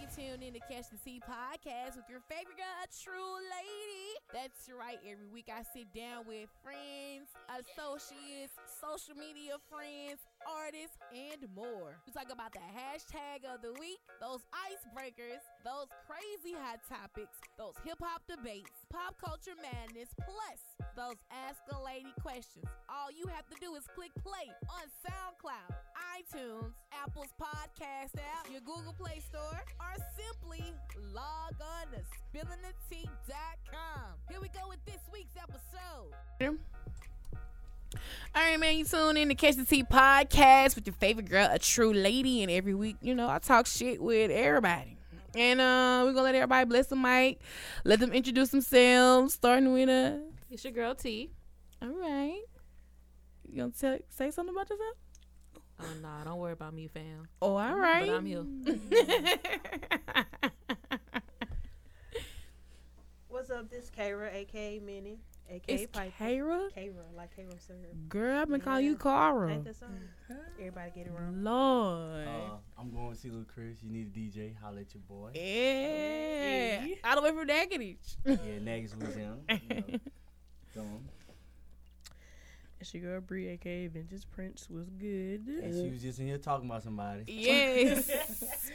you tuned in to Catch the Tea podcast with your favorite girl, a true lady. That's right. Every week I sit down with friends, associates, social media friends, artists, and more. We talk about the hashtag of the week, those icebreakers, those crazy hot topics, those hip hop debates, pop culture madness, plus those ask a lady questions. All you have to do is click play on SoundCloud, iTunes, Apple's podcast app, your Google Play Store, or simply log on to spillingthetea.com. Here we go with this week's episode. All right, man, you tune in to Catch the Tea podcast with your favorite girl, a true lady. And every week, you know, I talk shit with everybody. And uh, we're going to let everybody bless the mic, let them introduce themselves, starting with us. It's your girl T. All right. You going to say something about yourself? Oh no, don't worry about me, fam. Oh, all right. Mm, But I'm here. What's up? This Kara, aka Minnie, aka It's Piper. Kara. Kara, like Kara served. Girl, I've been calling you Yeah. Kara. Ain't that something? Everybody get it wrong. Lord. Uh, I'm going to see Lil Chris. You need a DJ. Holla at your boy. yeah. All the way from Dagenich. yeah, Nags, Louisiana. You know, dumb. It's your girl Bree, aka Vengeance Prince, was good. And she was just in here talking about somebody. Yes.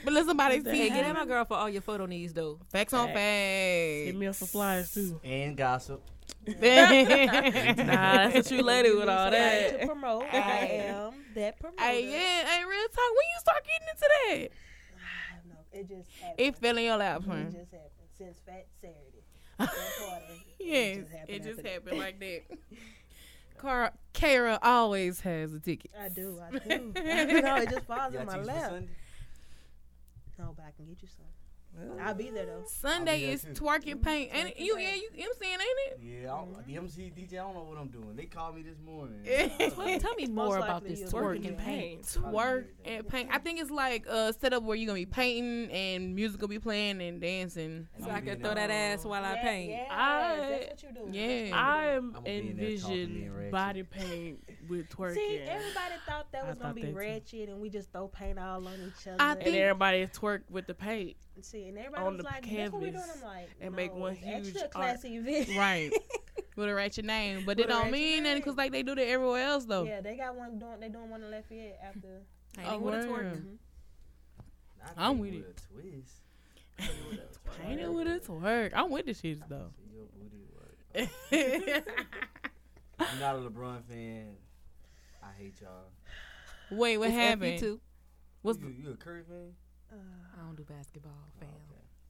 but let somebody Hey, see. get at my girl for all your photo needs though. Facts on facts. me up for flyers too. And gossip. Nah, that's a true lady with all To that. promote, I am that promoter. Hey, yeah, hey, real talk. When you start getting into I don't know. It just that, happened. it fell in your lap, it friend. just happened since Fat Saturday. That party, Yes, happened it just after that. happened like that. Cara, Kara always has a ticket. I do, I do. you know, it just falls Y'all on my teach for lap. Sunday? No, but I can get you some. I'll be there though. Sunday I'll be is there, too. twerking paint, and you, yeah, you, you know what I'm saying, ain't Yeah, I Mm-hmm. don't, the MC DJ, I don't know what I'm doing. They called me this morning. it? Tw- Tell me more about likely this you'll twerking get and paint. Twerk and paint. I think it's like a setup where you're gonna be painting and music will be playing and dancing. And So I'm I gonna be can in throw that ass while I Yeah, paint. yes, I- that's what you do. Ah, Yeah. I'm I'ma be in there talking to me and envision Ratchet. body paint with twerking. See, everybody thought that I was gonna thought be that too. ratchet, and we just throw paint all on each other. I and think- everybody twerk with the paint. And see, and everybody on was the like, "That's what we doing." canvas I'm like, and make "No, one it's actually huge a art." classy event." Right. With a ratchet name, but it With a don't ratchet mean nothing name. because like they do that everywhere else though. Yeah, they got one doing. They doing one in Lafayette after. Painting with a word. twerk. Not I'm painted with A twist. Painted with a twerk. Painted with a twerk. I'm with the shits though. Your booty work. I'm not a LeBron fan. I hate y'all. Wait, what It's F E you happened? too. What's you, you a Curry fan? Uh, I don't do basketball, Oh, fam. okay.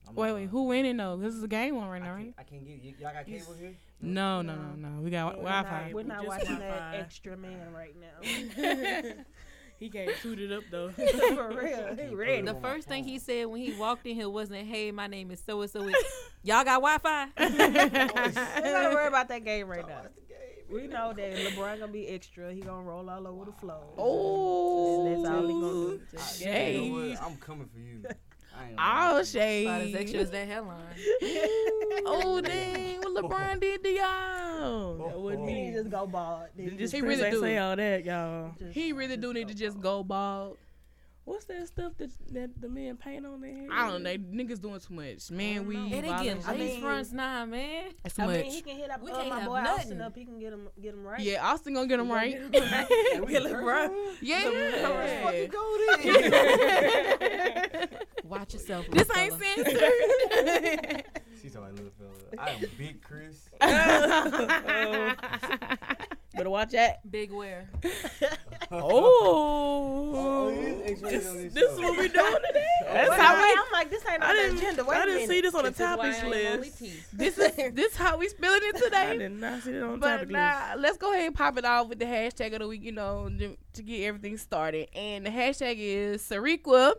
I'm Wait, LeBron wait, fan. who winning though? This is a game one I right now, right? can't, I can't get y- y'all got cable here. No, no, no, no. We got we're Wi not, we're Fi. We not just watching that Wi-Fi. extra man right now. He can't shoot it up though. For real, Can't he put ready. it The on my first thing phone. he said when he walked in here wasn't, "Hey, my name is so and so." It's y'all got Wi-Fi. We're not worried about that game right now. Watch the game, We man. know that LeBron gonna be extra. He gonna roll all over the floor. Oh, That's all he gonna do. You know shade. what? I'm comoming for you. I ain't gonna All lie to you. About as extra as shade. that headline. Oh, dang. What LeBron did to Oh, y'all. That wouldn't He need to be. just go bald. Then Just He he really really do. say all that, y'all. just- He really do need to just go bald. What's that stuff that, that the men paint on their head? I don't know. Niggas doing too much. Man, we. And they getting I lace mean- fronts now, man. That's I too much. mean, he can hit up We uh, can't my have boy Austin nothing. up. He can get him, get him right. Yeah, Austin gonna get him right. Hey, we LeBron. Curry? Yeah. Fuck you go then. Watch yourself. This little ain't fella. censored. She's talking little fella. I am big Chris. Better watch that. Big wear. Oh, Oh, it is X-rated on this, this is show. what we doing today. That's Wait, how wait, we. I'm like, this ain't I on the didn't, agenda. Wait I a didn't minute. see this on the This is why I topics ain't only list. teeth. this is this how we spilling it I today. did not see it on the But topic list. nah, let's go ahead and pop it off with the hashtag of the week, you know, to, to get everything started. And the hashtag is Sariqua,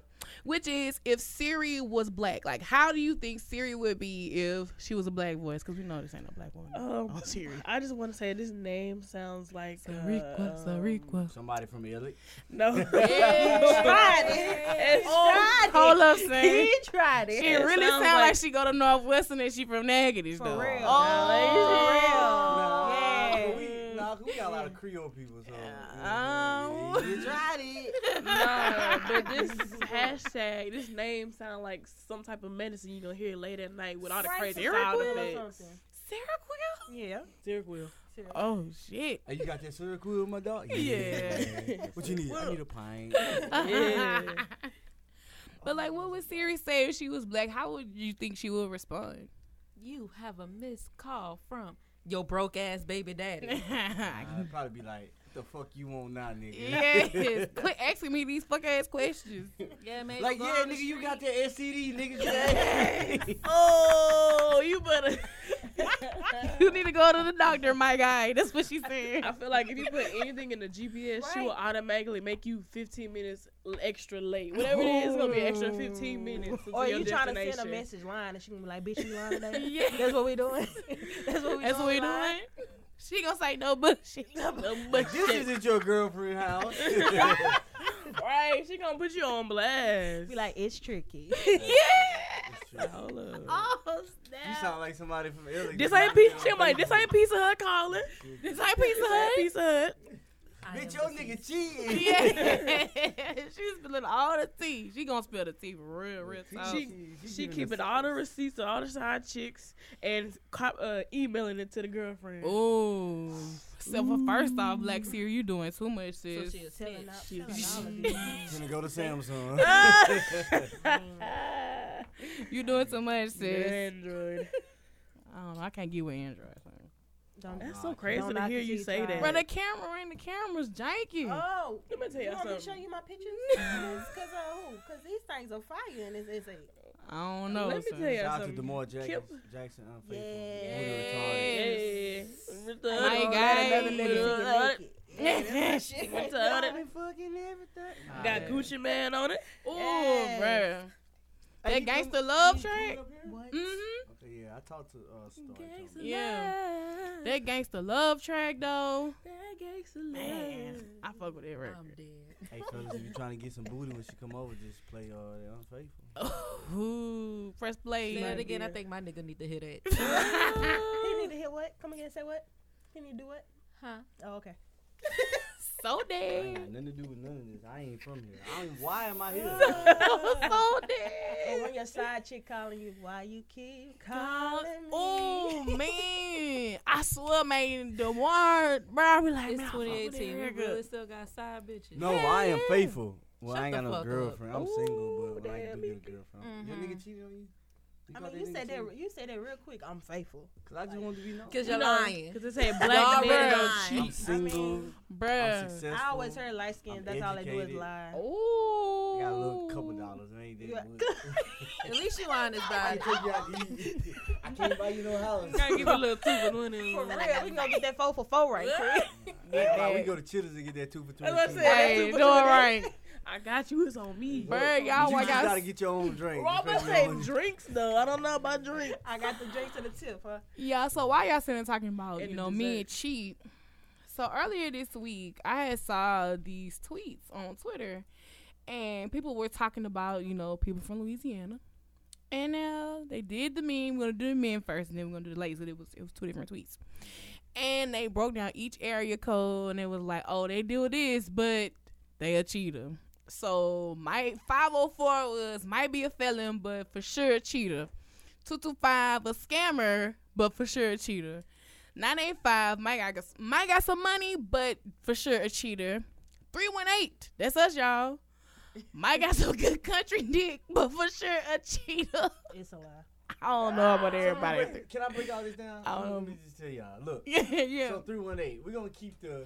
which is if Siri was black. Like, how do you think Siri would be if she was a black voice? Because we know this ain't no black Oh, woman. Oh. Um, on Siri. I just want to say this name sounds like uh, Sariqua, um, Sariqua. Somebody from Elliot. No, Yeah. Friday. Oh, hold up, Sam. He tried it. She really sound sounds like, like- she go to Northwestern and she from Negative For though. real. Oh, Nah, like, Nah, Yeah. we, nah, we got a lot of Creole people. So Yeah. you, you tried it. no, but this hashtag, this name sound like some type of medicine you gonna hear late at night with all the crazy sound effects. Seroquel? Yeah. Derek will. Oh shit. Hey, you got that Seroquel, my dog? Yeah. what you need? I need a pint. Yeah. But like, what would Siri say if she was black? How would you think she would respond? You have a missed call from your broke ass baby daddy. I'd probably be like, "What the fuck you want now, nigga?" yes, quit asking me these fuck ass questions. yeah, man. like, go yeah, on the nigga, you got street. that STD, nigga. Hey. oh, you better. you need to go to the doctor, my guy. That's what she said. I feel like if you put anything in the GPS, she will automatically make you 15 minutes l- extra late. Whatever it is, it's gonna be extra 15 minutes. Or until you your trying to send a destination. message line and she gonna be like, bitch, you lying today? Yeah. That's what we doing. That's what we That's what we doing. doing. She gonna say no bullshit. No, But but this shit. isn't your girlfriend house. right, she gonna put you on blast. Be like, it's tricky. Hold up. Oh You snap! sound like somebody from Italy. This ain't piece. She like, this ain't Pizza Hut calling. This ain't pizza This ain't hut. Pizza Hut. I am Bitch, your the nigga cheating. Yeah, she's spilling all the tea. She gonna spill the tea for real, real. soft. She- She keeping all the receipts of all the side chicks and cop, uh, emailing it to the girlfriend. Ooh. So for first off, Black Siri, you doing too much, sis. So she a Telling snitch. all- telling all of these. Gonna go to Samsung. Ah, you doing too much, sis. Android. I don't know. I can't get with Android. Don't That's so crazy Don't to knock hear it you till say you try that. it. Bro, the camera and the camera's janky. Oh, Let me tell you y'all want me to show something. you my pictures? Because uh, who? Because these things are fire and it's, it's a I don't know. Let me son. tell you Shout out to something. Demar Jackson. Kip. Jackson unfaithful. Yeah. Yes. With the My other- guy. another Let nigga. it With the other- fucking everything. Got Gucci Man on it. Ooh, Yes. bruh. That gangster love track. What? Mm-hmm. Okay, yeah, I talked to uh, Star. Gangsta Jones. Yeah. love. That gangster love track though. That gangsta Man, love. I fuck with that record. I'm dead. Hey, fellas, if you trying to get some booty when she come over, just play uh, the unfaithful. Ooh, press play. Say Yeah. that again. I Yeah. think my nigga need to hear that. He need to hit what? Come again and say what? He need to do what? huh? Oh, okay. so I ain't dead. got nothing to do with none of this. I ain't from here. I ain't, why am I here? so Or dead. when your side chick calling you, why you keep Cause- calling me? Oh man, I swear, man, the word, bro, I be like, man, I It's fuck with 2018. that We record. really still got side bitches. No, I am Yeah. faithful. Well, Shut I ain't the got no fuck up. girlfriend. I'm single, Ooh, but when I damn, do get nigga. a girlfriend, your nigga cheated on you. I caught mean, you that nigga said that. cheating? re- You said that real quick. I'm faithful. Cause I just wanted to be known. Cause You you're know, lying. Cause it said Y'all black men better don't I'm cheat. single. I'm Bruh. successful. I always heard light skin. I'm That's all they do is educated. lie. Oh, Ooh. I got a little couple dollars. I ain't Yeah. that much. At least you lying this I body. can take you out to eat. I can't buy you no house. Gotta give you a little two for one and For real, one. we gonna get that four for four right quick. That's why we go to Chitters and get that two for two. That's what I said. Hey, That's doing what you right. I got you. It's on me. Bruh, y'all, you I just got. gotta get your own drink. Well, I'm Just about to make say your own- drinks though. I don't know about drinks. I got the drink to the tip, huh? Yeah, so why y'all sitting there talking about, And you the know, men dessert. cheat? So earlier this week, I had saw these tweets on Twitter, and people were talking about, you know, people from Louisiana. And uh, they did the men. We're gonna do the men first, and then we're gonna do the ladies. But it was it was two different tweets, and they broke down each area code, and it was like, oh, they do this, but they a cheater. So my 504 was might be a felon, but for sure a cheater. 225 a scammer, but for sure a cheater. 985 might got, might got some money, but for sure a cheater. 318, that's us, y'all. Mike got some good country dick, but for sure a cheater. It's a lie. I don't know about So I'm everybody. gonna break- Can I break all this down? I don't Let know. me just tell y'all. Look. Yeah, yeah. So three one eight. We're gonna keep the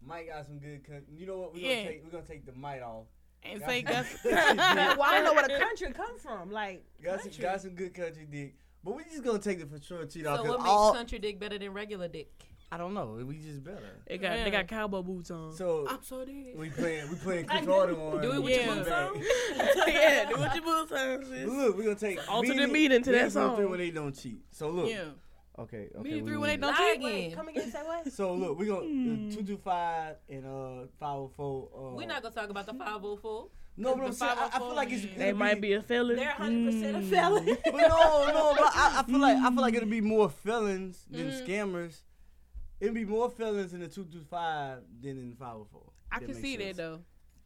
Mike got some good. Con- you know what? We're Yeah. gonna take. We're gonna take the mite off. And say, some that's, good country dick. Well, I don't know where the country come from. Like, got, some, got some good country dick. But we just gonna take the for sure cheat off. So 'cause what all, makes country dick better than regular dick? I don't know. We just better. They got Yeah. they got cowboy boots on. So I'm so dead. we playing. We playing Chris Harden on. Do it with your Yeah. boots on. yeah, do what your boots on. But sis. Look, we're gonna take Alternate Meanie- meaning to that Meanie's on song. Three one eight don't cheat. So look. Yeah. Okay. okay Me we three win. when they don't Lie cheat. again. come again and say what? So look, we're gonna uh, two two five and uh five oh four. Uh, We're not gonna talk about the 504. No, but I'm the saying I, I 504 feel like it's. oh They it'll might be a felon. Mm. They're 100% a felon. Mm-hmm. But no, no, but I, I feel like I feel like it'll be more felons than scammers It'd be more feelings in the two through five than in the five or four. I can see that though.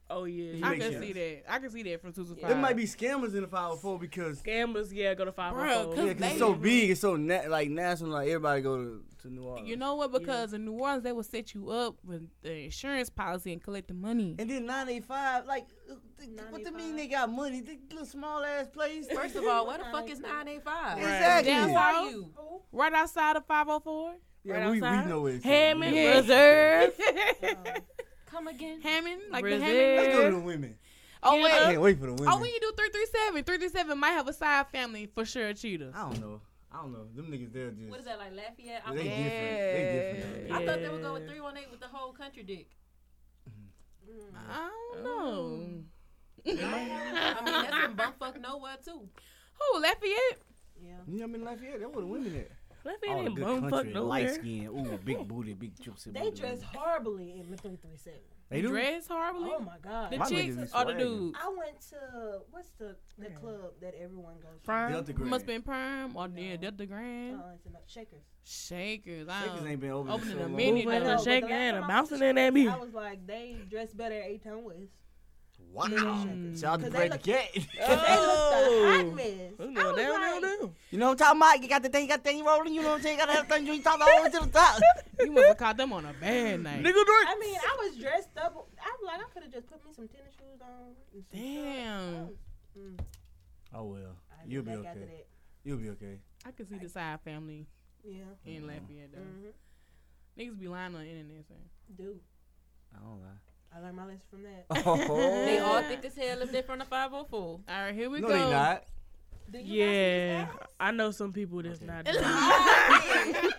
Oh It yeah, I makes can sense. see that. I can see that from two to It five. might be scammers in the five or four because scammers. Yeah, go to five. Bruh, Bro, yeah, 'cause it's so big, it's so na- like national, like everybody go to, to New Orleans. You know what? Because in New Orleans, they will set you up with the insurance policy and collect the money. And then 985, like, uh, th- th- what the mean they got money? They little small ass place. First of all, where the fuck is 985? Right. Damn, Exactly. where are you? right outside of oh five hundred four. yeah, right we, we outside. know it's Hammond we- Reserve. Come again. Hammond, like Reserve. the Hammond. Let's go to the women. Oh Yeah. wait, I can't wait for the women. oh we can do three three seven. Three three seven might have a side family for sure. Cheetahs. I don't know. I don't know. Them niggas, they're just. What is that, like Lafayette? They I'm different. They different. Yeah. I thought they would go with 318 with the whole country dick. I don't know. I mean, that's in bumfuck nowhere, too. Who Lafayette? You know what I mean? Like, yeah, they were the women there. Left All hand the ain't good bum fuck country, light nowhere. skin, ooh, big booty, big juicy They booty. dress horribly in the 337. They do. Dress horribly. Oh my the God. My chicks or niggas be the swagging. dudes? I went to, what's the, the club that everyone goes to? Prime. Delta Grand. Must been perm or yeah, Delta Grand. Uh, it's in the Shakers. Shakers. I Niggas don't- ain't been uh, open, in Open so in a long. minute. Moving know. and but the shaking last and time I bouncing went in to that Shakers, beat. I was like, they dress better at A Town West. Wow. Mm. Shout out to 'Cause they Brad the look- Cat. They Oh. looked a hot Down, mess. I down, was down, like, down. You know what I'm talking about? You got the thing, you got the thing rolling, you know what I'm saying? You gotta have things you talk all the way to the top. You must have caught them on a bad night. Nigga Drake. I mean, I was dressed up. I'm like, I could have just put me some tennis shoes on. and some Damn. shorts. Mm, Oh well. I You'll went be back After okay. that. You'll be okay. I could see the side family Yeah. in Lafayette Mm. though. hmm Mm. Niggas be lying on the internet saying. Do. I don't lie. I learned my lesson from that. Oh. They all think as hell if they're from the 504. All right, here we no, go. they not. Do you Yeah, I know some people that's Okay. not. I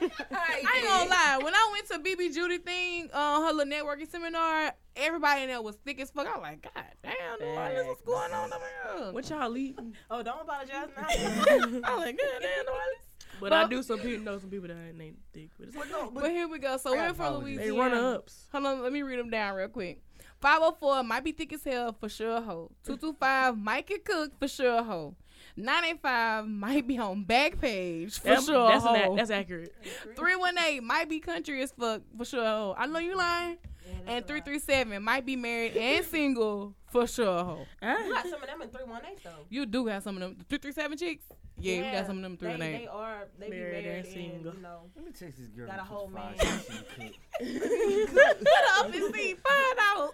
ain't gonna lie. When I went to BB Judy thing, uh, her little networking seminar, everybody in there was thick as fuck. I was like, God damn, New Orleans, what's going on over here? What y'all eating? Oh, don't apologize now. I was like, God damn, New Orleans. But I do some people know some people that ain't, ain't thick. But it's like, But here we go. So I we're from apologize. Louisiana. they runner ups. Hold on, let me read them down real quick. 504 might be thick as hell for sure, ho. 225 might get cooked for sure, ho. 985 might be on back page for That's, sure, that's, ho. an, that's accurate. 318 might be country as fuck for sure, ho. I know you lying. and 337 might be married and single for sure, ho. You got some of them in 318 though. You do have some of them. 337 chicks? Yeah, you got some of them They, they 318. are they Married be and married and single. You know, Let me text this girl. Got a whole man. Shut up and see. Find out. Oh,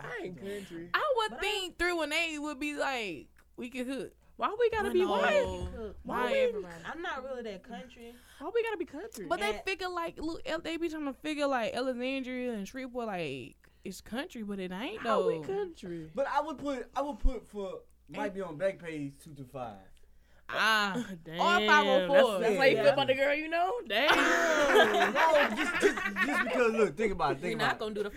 I ain't country. I would But I- think 318 would be like, we could hook. Why we gotta be No. white? They can cook. Why Why we- everybody? I'm not really that country. Why we gotta be country? But they And- figure like look, El- they be trying to figure like Alexandria and Shreveport like it's country, but it ain't How though. we country? But I would put I would put for might be on back page two to five. Ah, Damn, Or 504. That's, that's how you feel about the girl, you know? Damn. no, just, just, just because look, think about it, We're think not about gonna do the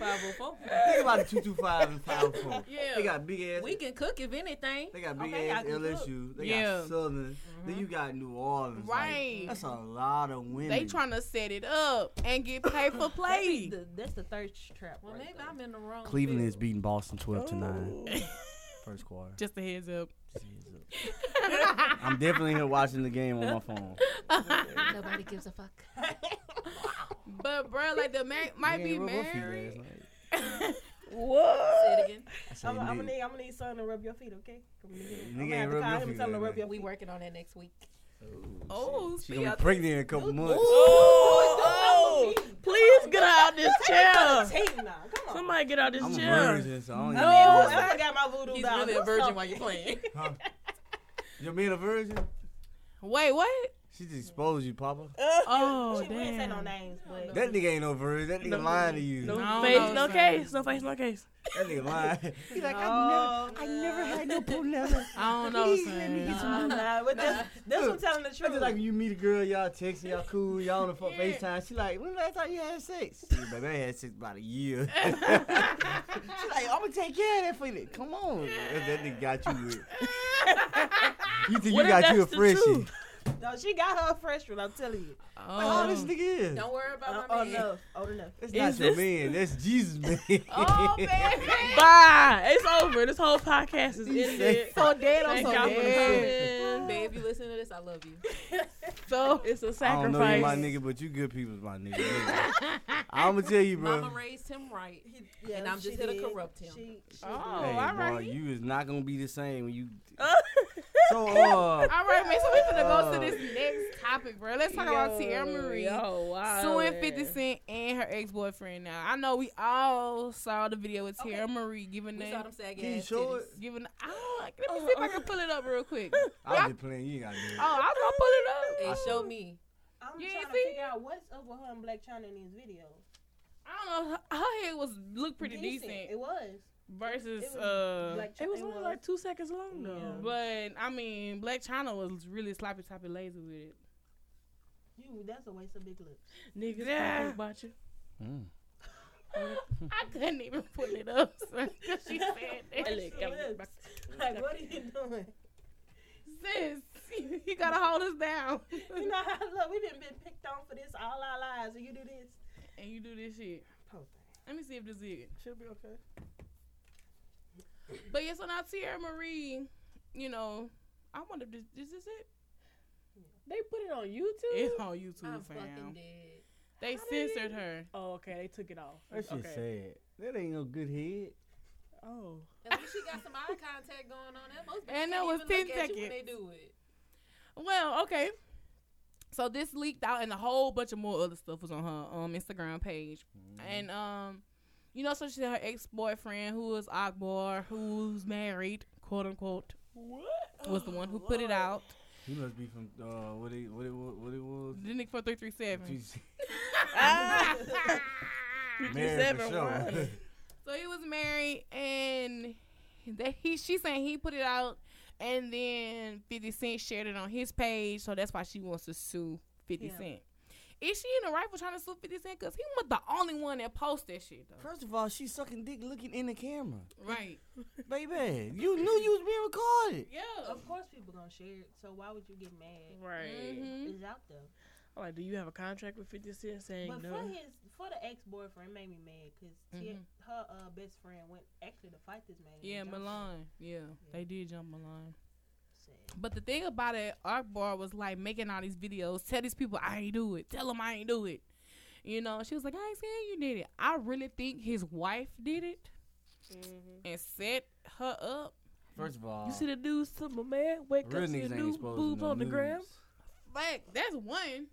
504. it. Think about the two two five and five four. Yeah. They got big ass We can cook if anything. they got big Okay, ass I can cook. LSU. They Yeah. Mm-hmm. got Southern. Then you got New Orleans. like, Right. that's a lot of women. They trying to set it up and get paid for That is play. the- that's the third trap. Well, right maybe there. I'm in the wrong. Cleveland is field. beating Boston twelve to nine. Oh. First quarter. Just a heads up. I'm definitely here watching the game on my phone. Nobody gives a fuck. But bruh, like the man might be married. what? Say it again. I'm, I'm gonna need I'm gonna need son to rub your feet, okay? I'm gonna, Nigga I'm ain't gonna have to rub your call him and feet tell him to like rub that. your We feet. working on that next week. Oh, She's speak gonna up. be pregnant in a couple months. Oh, please get out this chair. Team now, come on. Somebody get out this I'm a chair. virgin, so I don't even Oh, know. I forgot my voodoo He's doll. really a What's virgin up? while you're playing. Huh? Your man a virgin? Wait, what? She just exposed you, Papa. Oh, She wouldn't say no damn. names, but That nigga ain't no virgin. That nigga lying to you. No, No, face, no, no son. case. No face, no case. That nigga lying. He like, Oh, I never had no polella. I don't know. Please let me Son. Nah, get nah, but this this one telling the I just truth. like when you meet a girl, y'all texting, y'all cool, y'all on the phone, Yeah. FaceTime. She like, when the last time you had sex? Shit, baby, I had sex about a year. she like, I'm gonna take care of that for you. Come on. That, that nigga got you with. You think What you if got you a that's the freshie. truth? No, she got her a fresh one. I'm telling you. How old this Oh, nigga is? Don't worry Uh, about my old man. enough. Old enough. That's not Is your this- man. That's Jesus' man. Oh, baby. Bye. It's over. This whole podcast is He ended. said- So dead, I'm Thank so y'all for dead. coming. babe, you listen to this? I love you. So it's a I don't know you, sacrifice. my nigga, but you good people's my nigga. I'm gonna tell you, bro. Mama raised him right. He- yeah, And I'm just she here to did. corrupt him. She, she Oh. hey, all bro, right. you is not gonna be the same when you. so uh, All right, man. So we're gonna go to this next topic, bro. Let's talk about Tierra Marie. Yo, wow. Suing 50 Cent and her ex boyfriend now. I know we all saw the video with Tierra Marie giving We them, saw them sag Can you ass show titties. it? giving. Oh, let me see if I can pull it up real quick. Oh, I'm just playing. You ain't gotta do it. I'm gonna pull it up. Hey, show me. I'm You trying ain't to see? figure out what's up with her and Black China in these videos. I don't know. Her her hair was looked pretty decent, It was. versus It was uh, Black Chi- it was it only was- like two seconds long though. Yeah. but I mean, Black China was really sloppy, toppy, lazy with it. You, that's a waste of big lips. Niggas Yeah. yeah. about you. Mm. I couldn't even pull it up son, 'cause she said that. Waste of lips. Like, what are you doing? Sis, you gotta hold us down, You know how look, we didn't been picked on for this all our lives, and you do this. and you do this shit. Poor thing. Let me see if this is it. She'll be okay. But yes, so now Tierra Marie, you know, I wonder if this, this is it. They put it on YouTube. It's on YouTube, I'm fucking fam. dead. They censored her. oh, okay. They took it off. That shit okay. sad. That ain't no good head. Oh, At least she got some eye contact going on. That most And bitches that can't was even 10 look at you when seconds. They do it. Well, okay. So this leaked out, and a whole bunch of more other stuff was on her um Instagram page, Mm-hmm. and um, you know, so she said her ex boyfriend, who is Akbar, who's married, quote unquote, what was the one who put it out. He must be from uh, what it what it wa- what it was. The Nick for three three seven. Jeez. Married for Seven sure. wives. So he was married, and that he she saying he put it out, and then Fifty Cent shared it on his page, so that's why she wants to sue Fifty Yeah. Cent. Is she in the right for trying to sue Fifty Cent? Cause he was the only one that posted that shit though. First of all, she's sucking dick looking in the camera. Right. Baby, you knew you was being recorded. Yeah. Of course, people gonna share it. So why would you get mad? right? Mhm. It's out there. I'm Mm-hmm. like, do you have a contract with 50 Cent saying But no? for his, for the ex boyfriend, it made me mad because Mm-hmm. her uh, best friend went actually to fight this man. and Yeah, jumped him. Milan. Yeah, they did jump Milan. Sad. But the thing about it, Akbar was like making all these videos. Tell these people I ain't do it. Tell them I ain't do it. You know, she was like, I ain't saying you did it. I really think his wife did it and set her up. First of all, You see the news to my man? Wake real up, see a niggas ain't new exposed boob no on the nudes. gram. Like that's one.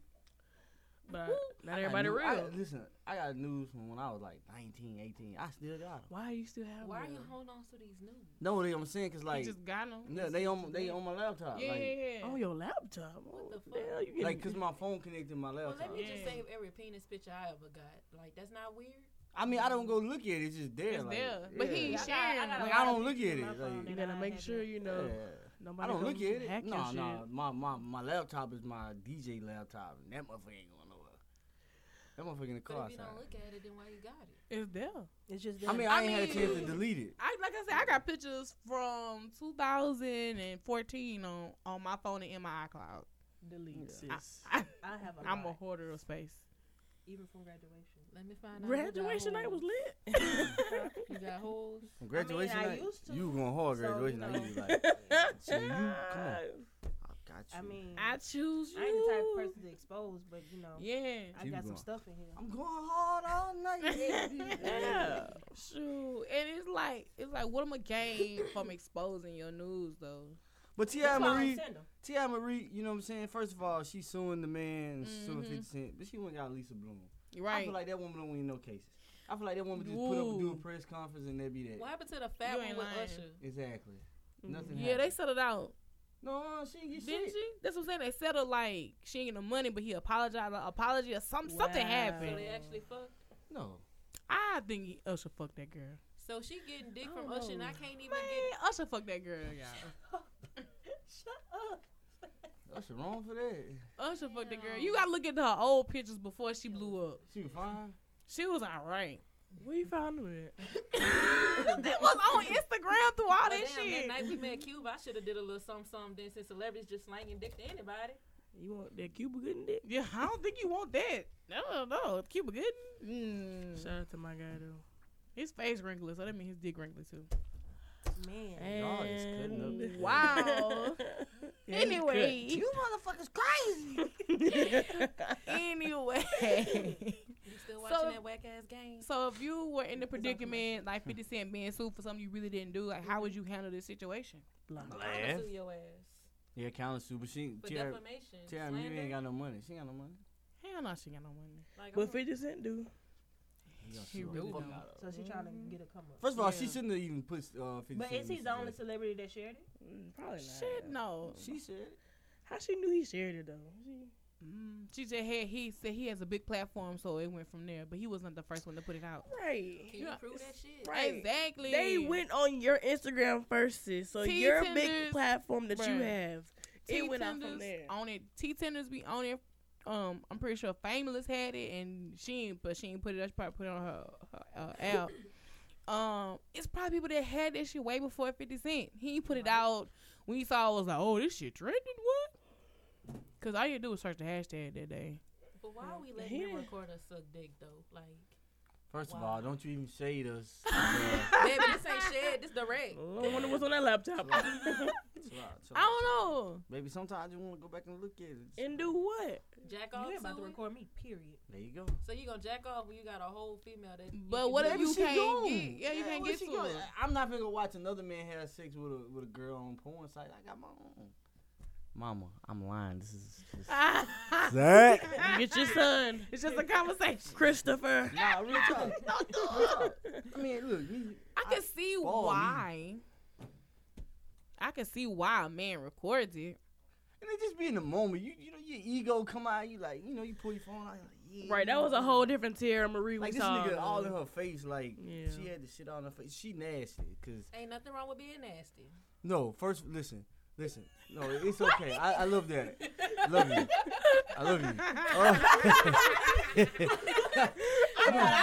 But not I got everybody nu- real. I got- listen, I got news from when I was like 19, 18. I still got 'em. Why you still have? Why are them? you holding on to these nudes? No, they, I'm saying because He like just got him. no, they on they on my laptop. yeah, like, oh, yeah, yeah. on Oh, your laptop? What the the hell? fuck? You Like, getting- cause my phone connected to my Well, laptop. let me just Yeah. save every penis picture I ever got. Like, that's not weird. I mean, I don't go look at it. It's just there. It's like, there, but he yeah. ain't sharing. got a Like, Like, I lot of don't look pictures at in my it, phone like- you that gotta I make haven't- sure you know. Yeah. Nobody I don't look come at it. hack No, your no. shit. My, my my laptop is my DJ laptop, and that motherfucker ain't going nowhere. That motherfucker in the But car. if you don't outside. look at it, then why you got it? it's there. It's just I mean, I I, ain't had a chance to mean- delete it. I like I said, I got pictures from 2014 on on my phone and in my iCloud. Delete I- sis. I, I have a I'm a lot, hoarder of space. even from graduation. Let me find out. who got Graduation night was hoes. lit. You got holes. On graduation I night, used to, you going hard so, you graduation night. You know. like, so you come on, I got you. I mean, I, I choose you. ain't the type of person to expose, but you Oh. know, Yeah. I Keep got some going. stuff in here. I'm going hard all night. yeah. Shoot. And it's like it's like what am I gain from exposing your news though? But Ti That's why I don't Marie, send 'em. Ti Marie, you know what I'm saying? First of all, she's suing the man, she's suing Mhm. 50 Cent, but she went got Lisa Bloom. You're right. I feel like that woman don't win no cases. I feel like that woman just put up and do a Ooh. press conference and that be that. What happened to the fat You one ain't with lying. Usher? Exactly. Nothing. Mm. yeah, they happened. settled out. No, uh, she didn't get Didn't shit. she? That's what I'm saying. They settled like she ain't get no money, but he apologized. An apology or some something Wow. So happened. they actually fucked. No. I think he- Usher fucked that girl. So she getting dick I from don't Usher, and I know. can't even Man, get. Usher fucked that girl, y'all. Shut up. That's wrong for that. Usher fucked that girl. You gotta look at her old pictures before she blew up. She was fine. She was alright. Where you found it? that was on Instagram through all Oh, that damn, shit. that night we met Cube, I should have did a little something, something. Then since celebrities just slanging dick to anybody, You want that Cuba Gooding dick? Yeah, I don't think you want that. No, no, Cuba Gooding. Mm. Shout out to my guy though. His face wrinkly, so that means his dick wrinkly too. Man. Y'all is cutting up And- the- Wow. Anyway, You motherfuckers crazy. anyway. You watching still watching So- that that whack ass game? so if you were in the predicament like 50 Cent being sued for something you really didn't do, like how would you handle this situation? Man. your ass Yeah, counting super. She for tell, defamation. tell me you ain't got no money. She ain't got no money. Hell no, she got no money. Like, But 50 Cent do. He gonna She sue her. really Fuck don't. out of her. So she trying to get a come up. Mm-hmm. First of all, she Yeah. shouldn't have even put uh, 50 But Cent is in he this the only shit. celebrity that shared it? Mm, Probably not. Shit, no. She said. it. How she knew he shared it though? She- Mm, she just had he said he has a big platform, so it went from there. But he wasn't the first one to put it out. Right. can you Yeah, prove that shit? Right. Exactly. They went on your Instagram first, sis. So Tea your tenders, big platform that you bruh. have. T it went out from tenders there. On it, T tenders be on it. Um, I'm pretty sure Fameless had it, and she ain't, but she ain't put it. up. She probably put it on her, her uh, app. Um, it's probably people that had that shit way before 50 Cent. He ain't put it out when he saw. it, was like, oh, this shit trending what? Cause all you do is search the hashtag that day. But why are we letting He him didn't- record us suck dick though? Like, First of Wow. all, don't you even shade us. baby, this ain't shit. This direct. Oh, I wonder what's on that laptop. Chill out, chill I out. don't know. Baby, sometimes I just want to go back and look at it. and do what? Jack off. You ain't about to to it? record me, period. There you go. So you gonna jack off when you got a whole female that? you But can what do if that you shit? can't get- yeah, you can't where get she to going? her. I'm not gonna watch another man have sex with a with a girl on porn site. I got my own. Mama, I'm lying. This is just that. Get your son. It's just a conversation. Christopher. nah, real talk. Real talk. I mean, look, me. I can see ball me. why. I can see why a man records it. And it just be in the moment. You you know your ego come out. You like you know you pull your phone out. you Like, yeah, Right, that was a whole different tier Marie Like we this saw. nigga all in her face. Like Yeah. she had the shit on her face. She nasty. Cause Ain't nothing wrong with being nasty. no, first listen, listen. No, it's okay. I, I love that. I love you. I love you. Uh, I'm You know what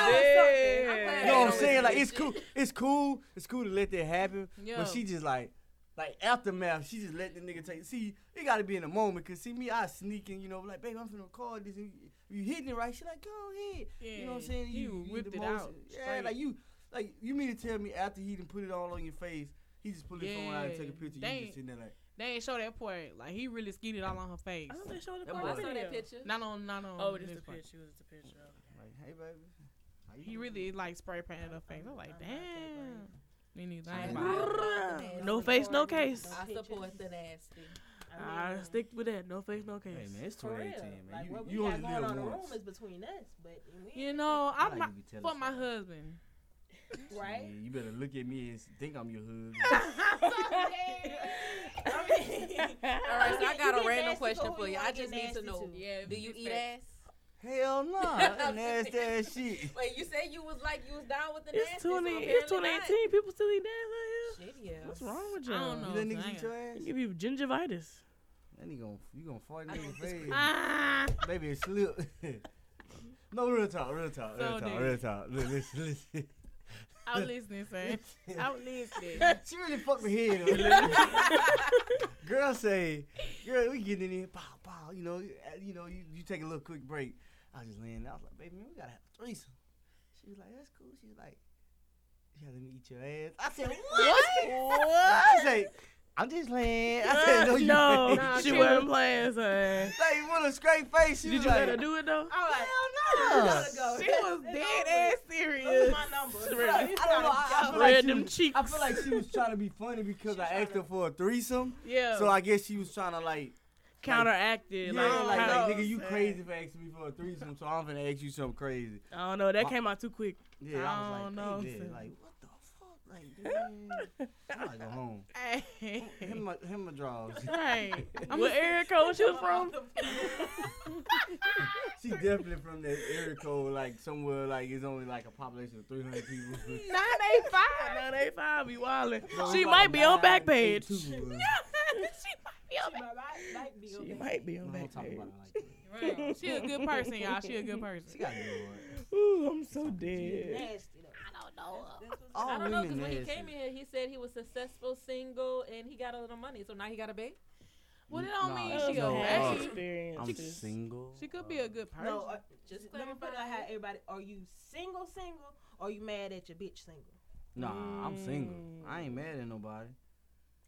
I'm Yeah. saying? Like it's cool. It's cool. It's cool to let that happen. Yeah. But she just like, like aftermath. She just let the nigga take. See, it gotta be in the moment. Cause see me, I sneaking. You know, like babe, I'm finna record this. And you hitting it right? She like, go ahead. You know what I'm Yeah, saying? you whipped the it most- out Yeah, straight. like you, like you mean to tell me after he done put it all on your face, he just pulled his phone out and Yeah, take a picture. You dang. just sitting there like, They ain't show that part. Like he really skied it all on her face. I thought they showed the That Oh, boy- I part saw video. that picture. Not on, not on. Oh, just this the part. picture. It was the picture. like, hey baby. how you He doing?" really like spray painted her face. I'm like, I'm not that damn. Me neither. I I ain't support buying it. the No nasty. face, no case. I support the nasty. I mean, stick with that. No face, no case. Hey man, it's for real. 2018, man. Like you what we you got only going live on in the room once. is between us, but we You know, I'm Nah, not you be telling for my somebody. husband. right? Yeah, you better look at me and think I'm your husband. All right, so I got You a get random nasty question who for you you. wanna I get just need to nasty know. Yeah. Do you eat ass? Hell no, nah, nasty ass shit. Wait, you said you was like you was down with the nasty. It's so twenty. It's apparently twenty not. eighteen. People still eat ass out here. Shit, yeah. What's wrong with I you? don't know. You let so niggas I eat your ass? They give you gingivitis. That nigga gonna you gonna fart in don't the face. Ah, Baby, it slipped. no real talk, real talk, real So talk, deep. real talk. Look, listen, listen. Out listening, son. Out listening. she really fucked me head. up. girl say, girl, we getting in here, pow pow. You know, you- you know, you, you take a little quick break. I was just laying there. I was like, baby, man, we gotta have a threesome. She was like, that's cool. She was like, you gotta let me eat your ass. I said, what? What? She said, I'm just playing. I said, no, you no, ain't." she wasn't playing, son. Like with a straight face, she Did was you like, let her do it though? All right. Hell no. Gotta go. She was It's dead over. ass Those are serious. my numbers. Really? Like, you I don't know. gotta I, I go. feel like Spread she them was- cheeks. I feel like she was trying to be funny because I asked her for a threesome. Yeah. So I guess she was trying to like, yeah, Counteracted. like, like, like, kinda- nigga, you crazy for asking me for a threesome, so I'm gonna ask you something crazy. I don't know. That came out too quick. Yeah, I, was I like, don't know, baby, son. like what the fuck, like, man, I gotta go home. Him, my, him, my draws. right. I'm what area code she was from? She definitely from that area code, like somewhere, like it's only like a population of 300 people. nine eight five. Nine eight five. You wildin'. So She it's might like be on nine, eight, Backpage. two, uh, She might- might- might be She okay. might be on I don't talk about it Backpage. like that. Right. She a good person, y'all. She a good She person. got good. Ooh, I'm so dead. Nasty though. I don't know. That's what's Oh, I don't know because women when he nasty. came in, he said he was successful, single, and he got a little money. So now he got a baby. Well, it don't Nah, mean it's she no a uh, Oh. bad. She, I'm experiences. single. she could be a good person. No, uh, just let me put out clarify. how everybody. Are you single, single, or you mad at your bitch single? Nah, I'm single. I Mm. ain't mad at nobody.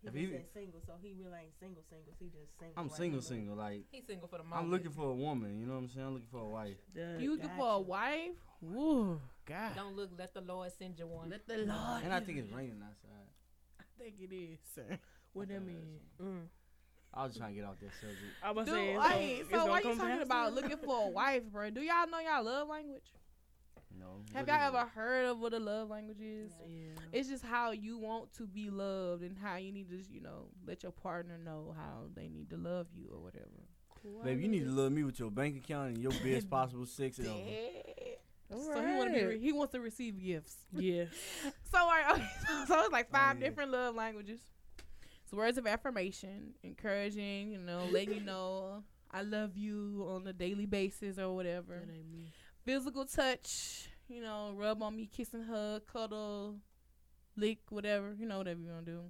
He If just he- said single, so he really ain't single, single. He just single. I'm right single, now. single. Like He's single for the moment. I'm looking for a woman. You know what I'm saying? I'm looking for a wife. Duh. you looking for a Gotcha. wife? Woo, God. Don't look. Let the Lord send you one. Let the Lord. And I think it's raining outside. I think it is, sir. what I that thought mean? was- Mm. uh, I was trying to get off that subject. I was Dude, saying, wait, so why you talking about looking for a wife, bro? Do y'all know y'all love language? No. Have what y'all is it? ever heard of what a love language is? Yeah. Yeah. It's just how you want to be loved and how you need to, you know, let your partner know how they need to love you or whatever. Babe, you need to love me with your bank account and your best possible sex. and all. So he want to be re- he wants to receive gifts. Yeah. So like, okay, so it's like five yeah. different love languages. It's words of affirmation, encouraging, you know, letting you know I love you on a daily basis or whatever. That ain't me. Physical touch, you know, rub on me, kiss and hug, cuddle, lick, whatever, you know, whatever you want to do.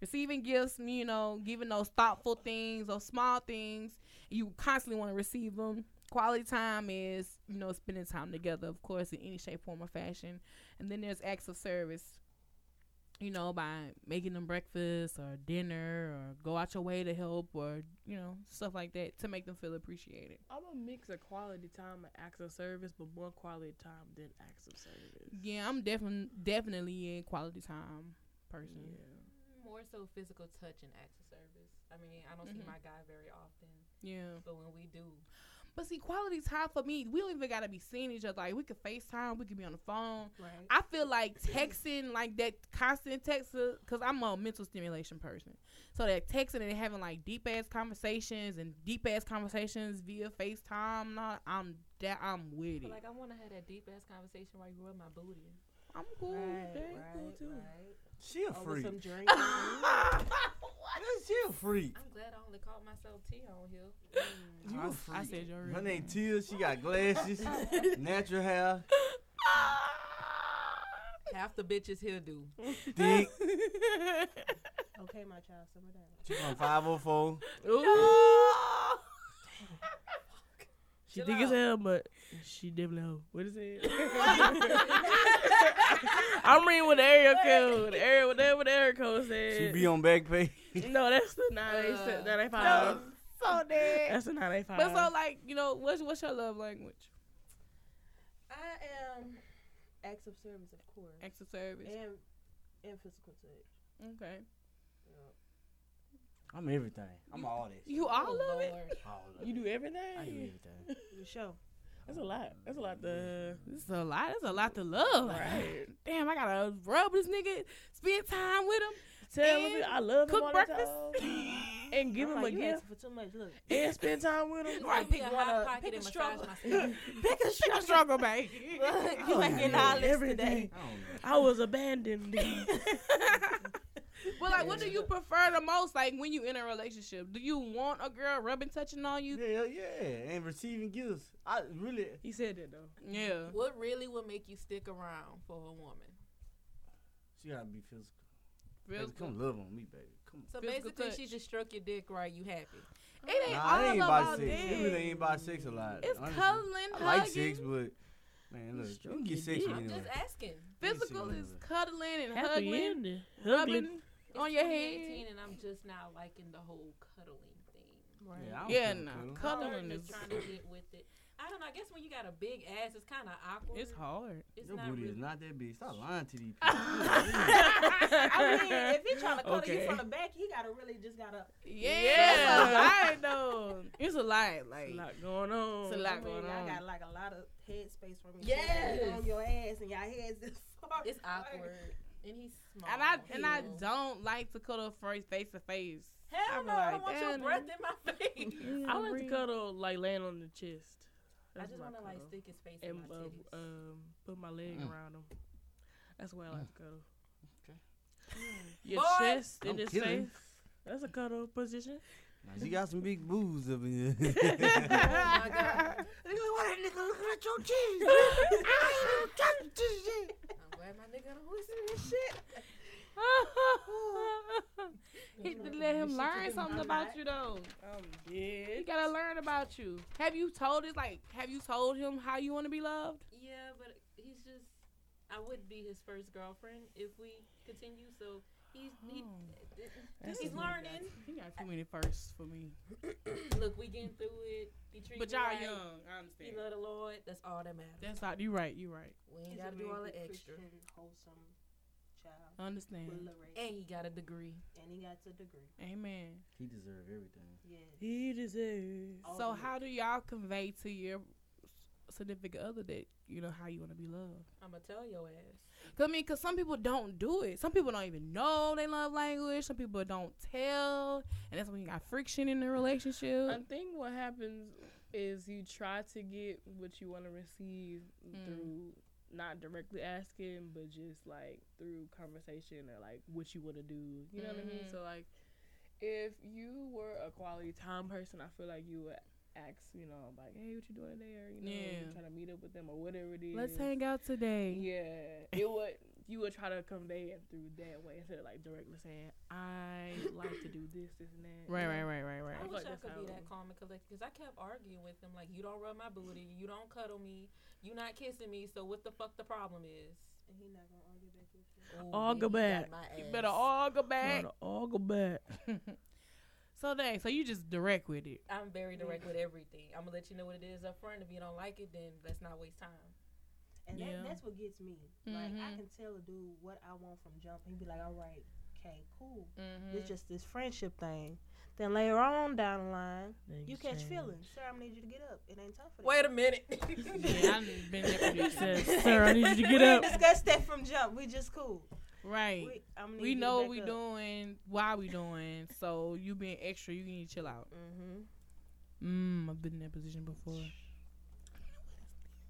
Receiving gifts, you know, giving those thoughtful things, those small things, you constantly want to receive them. Quality time is, you know, spending time together, of course, in any shape, form, or fashion. And then there's acts of service, you know, by making them breakfast or dinner or go out your way to help or, you know, stuff like that to make them feel appreciated. I'm a mix of quality time and acts of service, but more quality time than acts of service. Yeah, I'm definitely definitely a quality time person. More so physical touch and acts of service. I mean, I don't Mhm. see my guy very often, yeah. but when we do, But see, quality time for me, we don't even gotta be seeing each other. Like we could FaceTime, we could be on the phone. Right. I feel like texting, like that constant text, because I'm a mental stimulation person. So that texting and having like deep ass conversations and deep ass conversations via FaceTime, and all, I'm that I'm with it. but like I want to have that deep ass conversation where you rub my booty. I'm cool. Right, that ain't right, cool too. right. She a Over freak. some drinks. She a freak. I'm glad I only called myself T on here. You I a s- freak. I said your Her real name name. Tia. She got glasses, natural hair, Half the bitches here do. thick. okay, my child, simmer down. She from 504. She Chill thick as out. hell, but she definitely hoe. What is it? I'm reading what the area code. The area, whatever the area code says. She be on back pay. No, that's the nine eight Uh, se- nine eight five. so dead. That's the nine eight five. But so like, you know, what's what's your love language? I am acts of service, of course, Acts of service. and and physical touch. Okay. Yeah. I'm everything. I'm all this. You all love it. All of you it. do everything. I do everything. For sure. That's a lot. That's a lot. The This is a lot. That's a lot to love. Right. Damn, I gotta rub this nigga, spend time with him, tell And him I love him cook all breakfast. the time. and give I'm him like, a you gift asking for too much. Look, and spend time with him. Right, pick pick a one hot up. pocket Pick and a massage struggle. my skin. pick a struggle, struggle babe. Oh, you ain't getting all this today. Everything. I don't know. I was abandoned. but like, what do you prefer the most? Like when you in a relationship, do you want a girl rubbing, touching on you? Yeah, yeah, and receiving gifts. I really, he said that though. Yeah. What really would make you stick around for a woman? she gotta be physical. Real Baby, come love on me, baby. Come on. So Physical basically, she touch. just stroke your dick right. You happy? It ain't Nah, it all ain't about about that. sex. It really ain't about sex a lot. It's honestly. cuddling, I hugging. like sex, but man, look, you Stroke can get your sexy dick. I'm anyway. just asking. Physical is Basically. cuddling and Happy hugging, ending. rubbing. Hugging. It's On your 2018 head. and I'm just now liking the whole cuddling thing. Yeah, I don't Yeah, feel nah. cuddle. Cuddling Starting to is- trying to get with it. I don't know. I guess when you got a big ass, it's kind of awkward. It's hard. It's Your not booty really. is not that big. Stop lying to these people. I mean, if he trying to cuddle Okay. you from the back, he gotta really just gotta. Yeah, Yeah. it's a lot though. It's a lot. Like A lot going on. It's a lot. I mean, going y'all on. got like a lot of head space from each Yes. other. You on your ass and y'all heads this far. It's awkward. And he's small. And I and I Ew. don't like to cuddle first face to face. I Hell be no! like, I don't want "Damn your it." breath in my face. I like to cuddle like laying on the chest. I That's just my want to like cuddle. stick his face in and my titties. uh, um, put my leg Mm. around him. That's why I like to cuddle. Okay. Your Boy! chest Don't in his kill him. face. That's a cuddle position. Now, you got some big boobs up in here. oh my god! I'm glad my nigga don't listen to this shit. Hit to let him learn something about you though. I'm He dead. gotta learn about you. Have you told his like? Have you told him how you want to be loved? Yeah, but he's just. I would be his first girlfriend if we continue. So he's he, Oh. That's he's a- learning. He got too many firsts for me. Look, we getting through it. He treat But me y'all right. young. I He understand. love the Lord. That's all that matters. That's all. You right. You right. we ain't He's a gotta do very all good the extra. Christian, wholesome child. I understand. Well raised. And he got a degree. And he got a degree. Amen. He deserved everything. Yes. He deserves. All So of it. how do y'all convey to your significant other that you know how you want to be loved? I'ma tell your ass. 'Cause I mean, cause some people don't do it. Some people don't even know they love language. Some people don't tell, and that's when you got friction in the I relationship. think what happens is you try to get what you want to receive Mm. through not directly asking, but just like through conversation or like what you want to do. You know what I mean? Mhm. So like, if you were a quality time person, I feel like you would ask, you know, like, hey, what you doing today? Or you know, Yeah. trying to meet up with them or whatever it is. Let's hang out today. Yeah, it would. You would try to convey it through that way instead of like directly saying, "I like to do this, this, and that." Right, right, right, right, I right. feel wish like I that's could be how- that calm and collected because I kept arguing with him like, you don't rub my booty, you don't cuddle me, you not kissing me. So what the fuck the problem is? And he not gonna argue back with you. Ooh, All baby, go you got back. my You ass. better all go back. Gotta all go back. so dang, so you just direct with it. I'm very direct with everything. I'm gonna let you know what it is up front. If you don't like it, then let's not waste time. And Yeah. that, that's what gets me. Like I Mhm. can tell a dude what I want from jump. He'd be like, all right, okay, cool. Mm-hmm. It's just this friendship thing. Then later on down the line, you catch feelings. Sir, I need you to get up. It ain't time for that. Wait a minute. yeah, I've been there for He this shit. says, "Sir, I need you to get we up." discussed that from jump. We just cool. Right. We, I'm gonna we need you to know what back we up. doing, why we doing. So you being extra, you need to chill out. Mhm. Mm, I've been in that position before.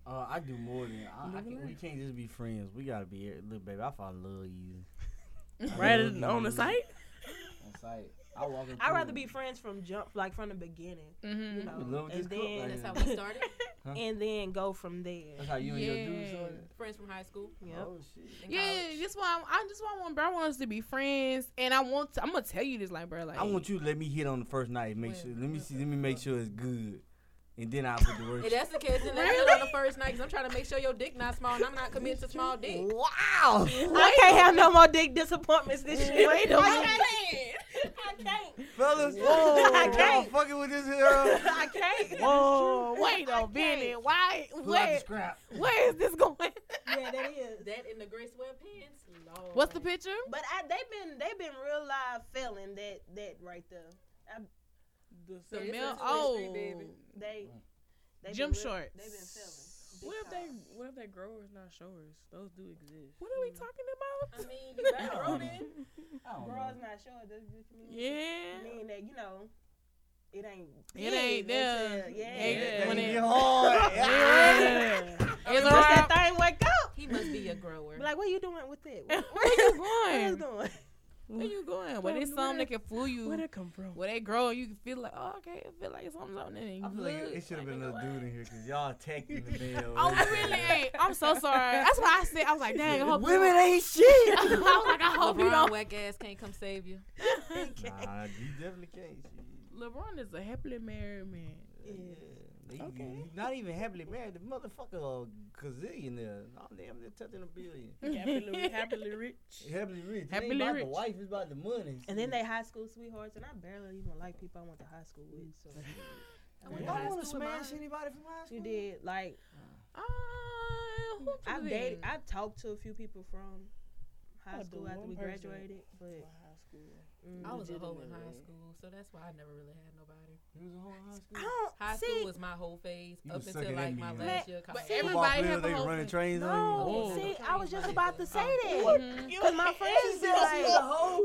Uh, I do more than I, I Live can, life. we can't just be friends. We gotta be look, baby. I fall in love with you Right love on you. the site. on sight. I walk. up to I'd rather you. Mm. be friends from jump, like from the beginning, Mm-hmm. you know, in love with and this club then right That's how here. we started. Uh-huh. and then go from there. That's how you and your dude Yeah. started. Friends from high school. Yep. Oh shit. in Yeah, college. that's why I'm, I just why I want, bro. I want us to be friends, and I want to, I'm gonna tell you this, like, bro, like I want you to let me hit on the first night. and Make Wait, sure. Let me wait, see. Let me make sure it's good, and then I'll put the work. If that's the case, then let me Really? hit on the first night because I'm trying to make sure your dick not small and I'm not committed to small dick. Wow. I can't have no more dick disappointments this year. Wait a minute. Fellas, whoa, I y'all can't. fucking with this here. I can't. Whoa, wait a minute, why? Pull out the Wait, scrap. where is this going? Yeah, that is. That in the gray sweatpants. Lord. What's the picture? But I, they've been they've been real live feeling that that right there. So The it's male. a two-way Oh, street, baby. They Mm. they gym been real- shorts. They been feeling. What if they? What if they growers not showers? Those do exist. What are we talking about? I mean, you got I don't Ronan. know. I don't bras know. not short? That's just me. I Yeah. mean that you know, it ain't. It big, ain't they there. said, Ain't Yeah. there. That When nigga it- hard. Yeah. It's Once alright. that thing wake up. He must be a grower. Be like, what you doing with it? What, Where you where going? you doing? Where you going? But it's Where- something that can fool you. Where did it come from? Where they grow, you can feel like, oh, okay, I feel like something's on there. and I you feel like look, it, it should have like, been you another know dude in here because y'all attacking the male. what? Oh, really? Ain't. I'm so sorry. That's why I said I was like, dang, I hope you Women don't- ain't shit. I was like, I hope you LeBron don't. whack ass can't come save you. Nah, you definitely can't. shit. LeBron is a happily married man. Yeah. He- Okay. he Not even happily married. The motherfucker a gazillionaire. Oh, damn, they're touching a billion. happily, happily rich. Happily rich. Happily Happily ain't about the rich. wife, it's about the money. And then they high school sweethearts, and I barely even like people I went to high school with. I So Y'all went to high want to school with smash mine. anybody from high school? you did like Uh, who I've do dated, that? I've talked to a few people from high I school do after one we person. graduated, My but high school. mm, I was a hoe in high Legitimately. school, so that's why I never really had nobody. You was a whole high school? I don't High see. school was my whole phase You up was until sucking like that my nigga, last year of college. But everybody Football have a player, they whole running thing. trains on no, Oh. see, Okay. I was just Oh. about to say that. Mhm. Cause my friends be like,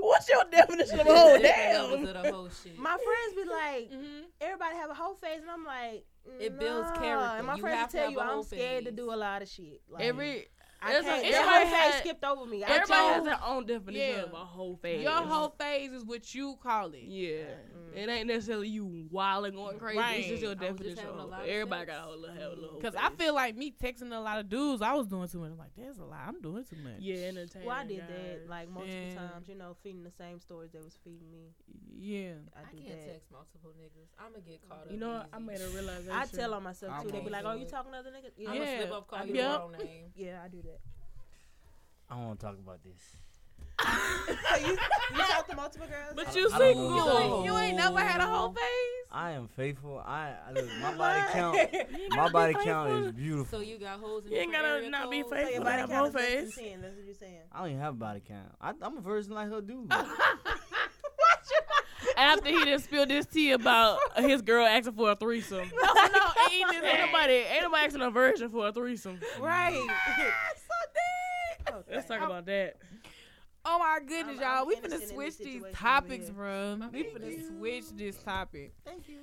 What's your definition of a Different hoe? levels Damn. of the whole shit. my friends be like, Mhm. everybody have a whole face, and I'm like, It builds nah. character. And my You friends have will to tell have you a whole I'm scared to face. do a lot of shit. Like, Every I can't. It's a- That's everybody why I say had- skipped over me. I Everybody chose- has their own definition Yeah. of a whole phase. Your whole phase is what you call it. yeah. Mm. It ain't necessarily you wilding going crazy. It's Right. just your I was just definition. having a of lot of Everybody sex. got a whole little, whole little. Cause I phase. feel like me texting a lot of dudes, I was doing too much. I'm like, there's a lot. I'm doing too much. yeah, entertaining. Well, I did guys. that like multiple Yeah. times. You know, feeding the same stories that was feeding me. Yeah. I, I do can't that. text multiple niggas. I'm gonna get caught up. You know, what? easy. I made a realization. I tell on myself I'm too. They be on like, you. "Oh, you talking to other niggas?" Yeah, I'm Yeah. gonna slip up, I call do you your that. wrong name. yeah, I do that. I don't want to talk about this. so you you talk to multiple girls? But I- you I don't single. know. You ain't- You ain't never had a whole phase. I am faithful. I, I look, my body count. My body count is beautiful. So you got hoes in You ain't different gotta area not be codes? So faithful. your I body have count no is less face. than ten. That's what you're saying. I don't even have a body count. I, I'm a virgin like her dude. After he done spilled this tea about his girl asking for a threesome. No, no, it ain't just ain't nobody, ain't nobody asking a virgin for a threesome. Right. Let's talk about that. Oh my goodness, I'm- I'm y'all. We innocent in finna this switch these situation over topics, here. bruh. We Thank finna you. switch this topic. Thank you.